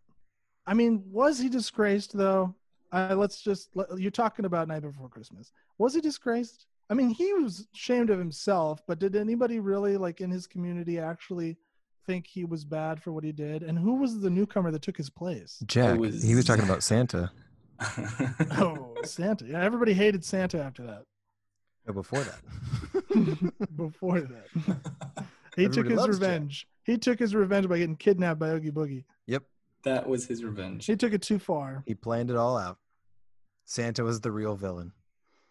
i mean was he disgraced though uh, let's just let- you're talking about night before christmas was he disgraced i mean he was ashamed of himself but did anybody really like in his community actually think he was bad for what he did and who was the newcomer that took his place
Jack.
It was-
He was talking about Santa
oh santa yeah everybody hated santa after that
No, before that.
before that He
Everybody
took his
loves Jack.
revenge. He took his revenge by getting kidnapped by Oogie Boogie.
That was his revenge.
He took it too far.
He planned it all out. Santa was the real villain.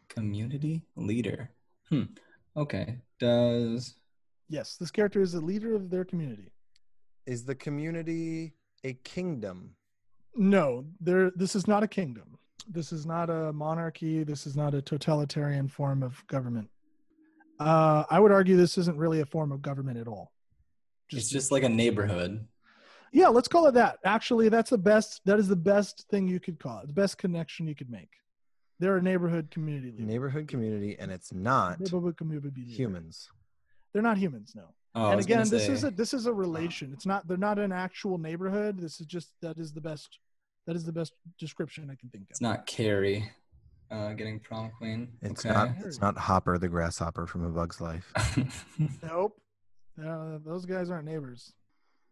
Community leader. Hmm. Okay. Does
Yes, this character is the leader of their community.
Is the community a kingdom?
No, there. This is not a kingdom. This is not a monarchy. This is not a totalitarian form of government. Uh, I would argue this isn't really a form of government at all.
it's just like a neighborhood.
Yeah, let's call it that. Actually, that's the best. That is the best thing you could call it. The best connection you could make. They're a neighborhood community leader.
Neighborhood community, and it's not
Neighborhood community leader.
humans.
They're not humans, no.
Oh, I
and
was gonna
again, this
say,
is a this is a relation. It's not. They're not an actual neighborhood. This is just that is the best. That is the best description I can think
It's
of.
not Carrie uh, getting prom queen.
It's
okay.
not. It's not Hopper the grasshopper from A Bug's Life.
Nope. No, those guys aren't neighbors.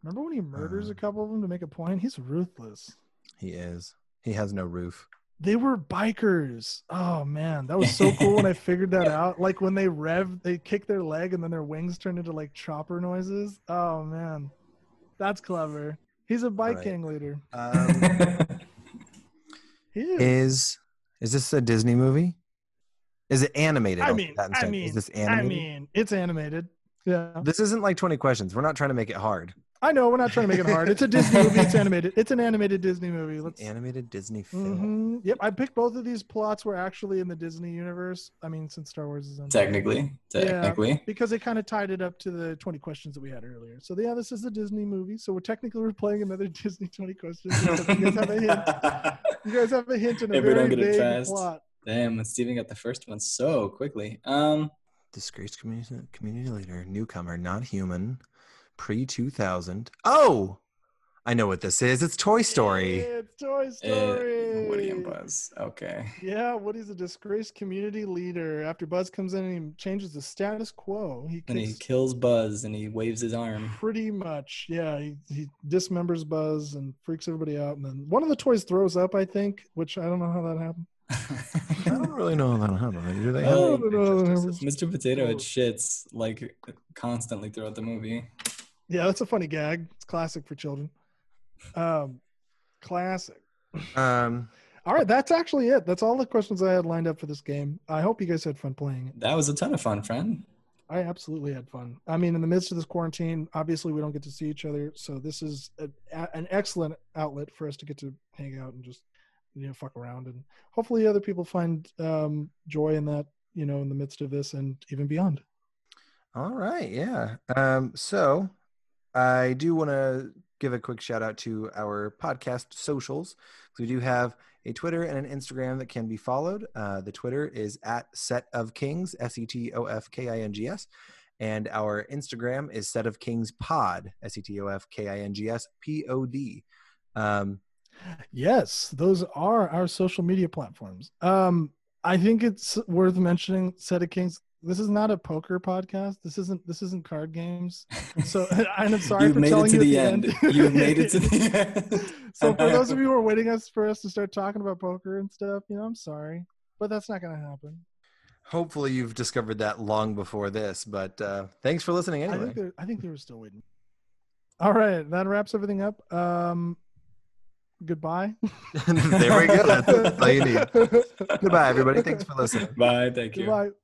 Remember when he murders
Uh.
a couple of them to make a point? He's ruthless.
He is. He has no roof.
They were bikers. Oh man, that was so cool when I figured that out. Like when they rev, they kick their leg and then their wings turn into like chopper noises. Oh man, that's clever. He's a bike
Right.
gang leader.
Um,
He is.
is is this a Disney movie? Is it animated? Oh,
I
I'll put
mean-
that in
I
second.
mean-
is this
I
animated?
mean, it's animated. Yeah,
this isn't like twenty questions. We're not trying to make it hard.
I know. We're not trying to make it hard. It's a Disney movie. It's animated. It's an animated Disney movie. Let's.
Animated Disney film.
hmm Yep, I picked both of these plots were actually in the Disney universe. I mean, since Star Wars is in
technically,
Yeah.
technically.
because they kind of tied it up to the 20 questions that we had earlier. So yeah, this is a Disney movie. So we're technically we're playing another Disney 20 questions. except you guys have a hint. You guys have a hint and a
If we
very
don't get it
vague
fast.
plot.
Damn, Steven got the first one so quickly. Um,
Disgraced community community leader, newcomer, not human, pre two thousand. Oh, I know what this is. It's Toy Story.
It's Toy
eh,
Story.
Woody and Buzz. Okay.
Yeah, Woody's a disgraced community leader. After Buzz comes in and he changes the status quo, he
And he
kicks-
kills Buzz and he waves his arm.
Pretty much, yeah. He, he dismembers Buzz and freaks everybody out, and then one of the toys throws up, I think, which I don't know how that happened.
I don't really know that. I don't know. Do they
Oh,
have-
no, no, no.
Mr. Potato Head shits like constantly throughout the movie.
Yeah, that's a funny gag. It's classic for children. Um, classic.
Um,
All right, that's actually it. That's all the questions I had lined up for this game. I hope you guys had fun playing it.
That was a ton of fun, friend.
I absolutely had fun. I mean, in the midst of this quarantine, obviously we don't get to see each other, so this is a, a- an excellent outlet for us to get to hang out and just you know fuck around, and hopefully other people find um, joy in that. You know, in the midst of this and even beyond.
All right, yeah. Um, so I do want to give a quick shout out to our podcast socials. So we do have a Twitter and an Instagram that can be followed. Uh, the Twitter is at Set of Kings, S E T O F K I N G S. And our Instagram is Set of Kings Pod, S E T O F K I N G S P O D. Um,
Yes, those are our social media platforms. Um, I think it's worth mentioning Set of Kings. This is not a poker podcast. This isn't this isn't card games. So and I'm sorry
You've
for
made it
telling you
to the
at
end. You've made it to the end.
so for those of you who are waiting us for us to start talking about poker and stuff, you know, I'm sorry, but that's not going to happen.
hopefully, you've discovered that long before this, but uh, thanks for listening
I
anyway.
think they're, I think they were still waiting. All right, that wraps everything up. Um, goodbye.
there we go. That's all you need. Goodbye, everybody. Thanks for listening.
Bye. Thank you.
Goodbye.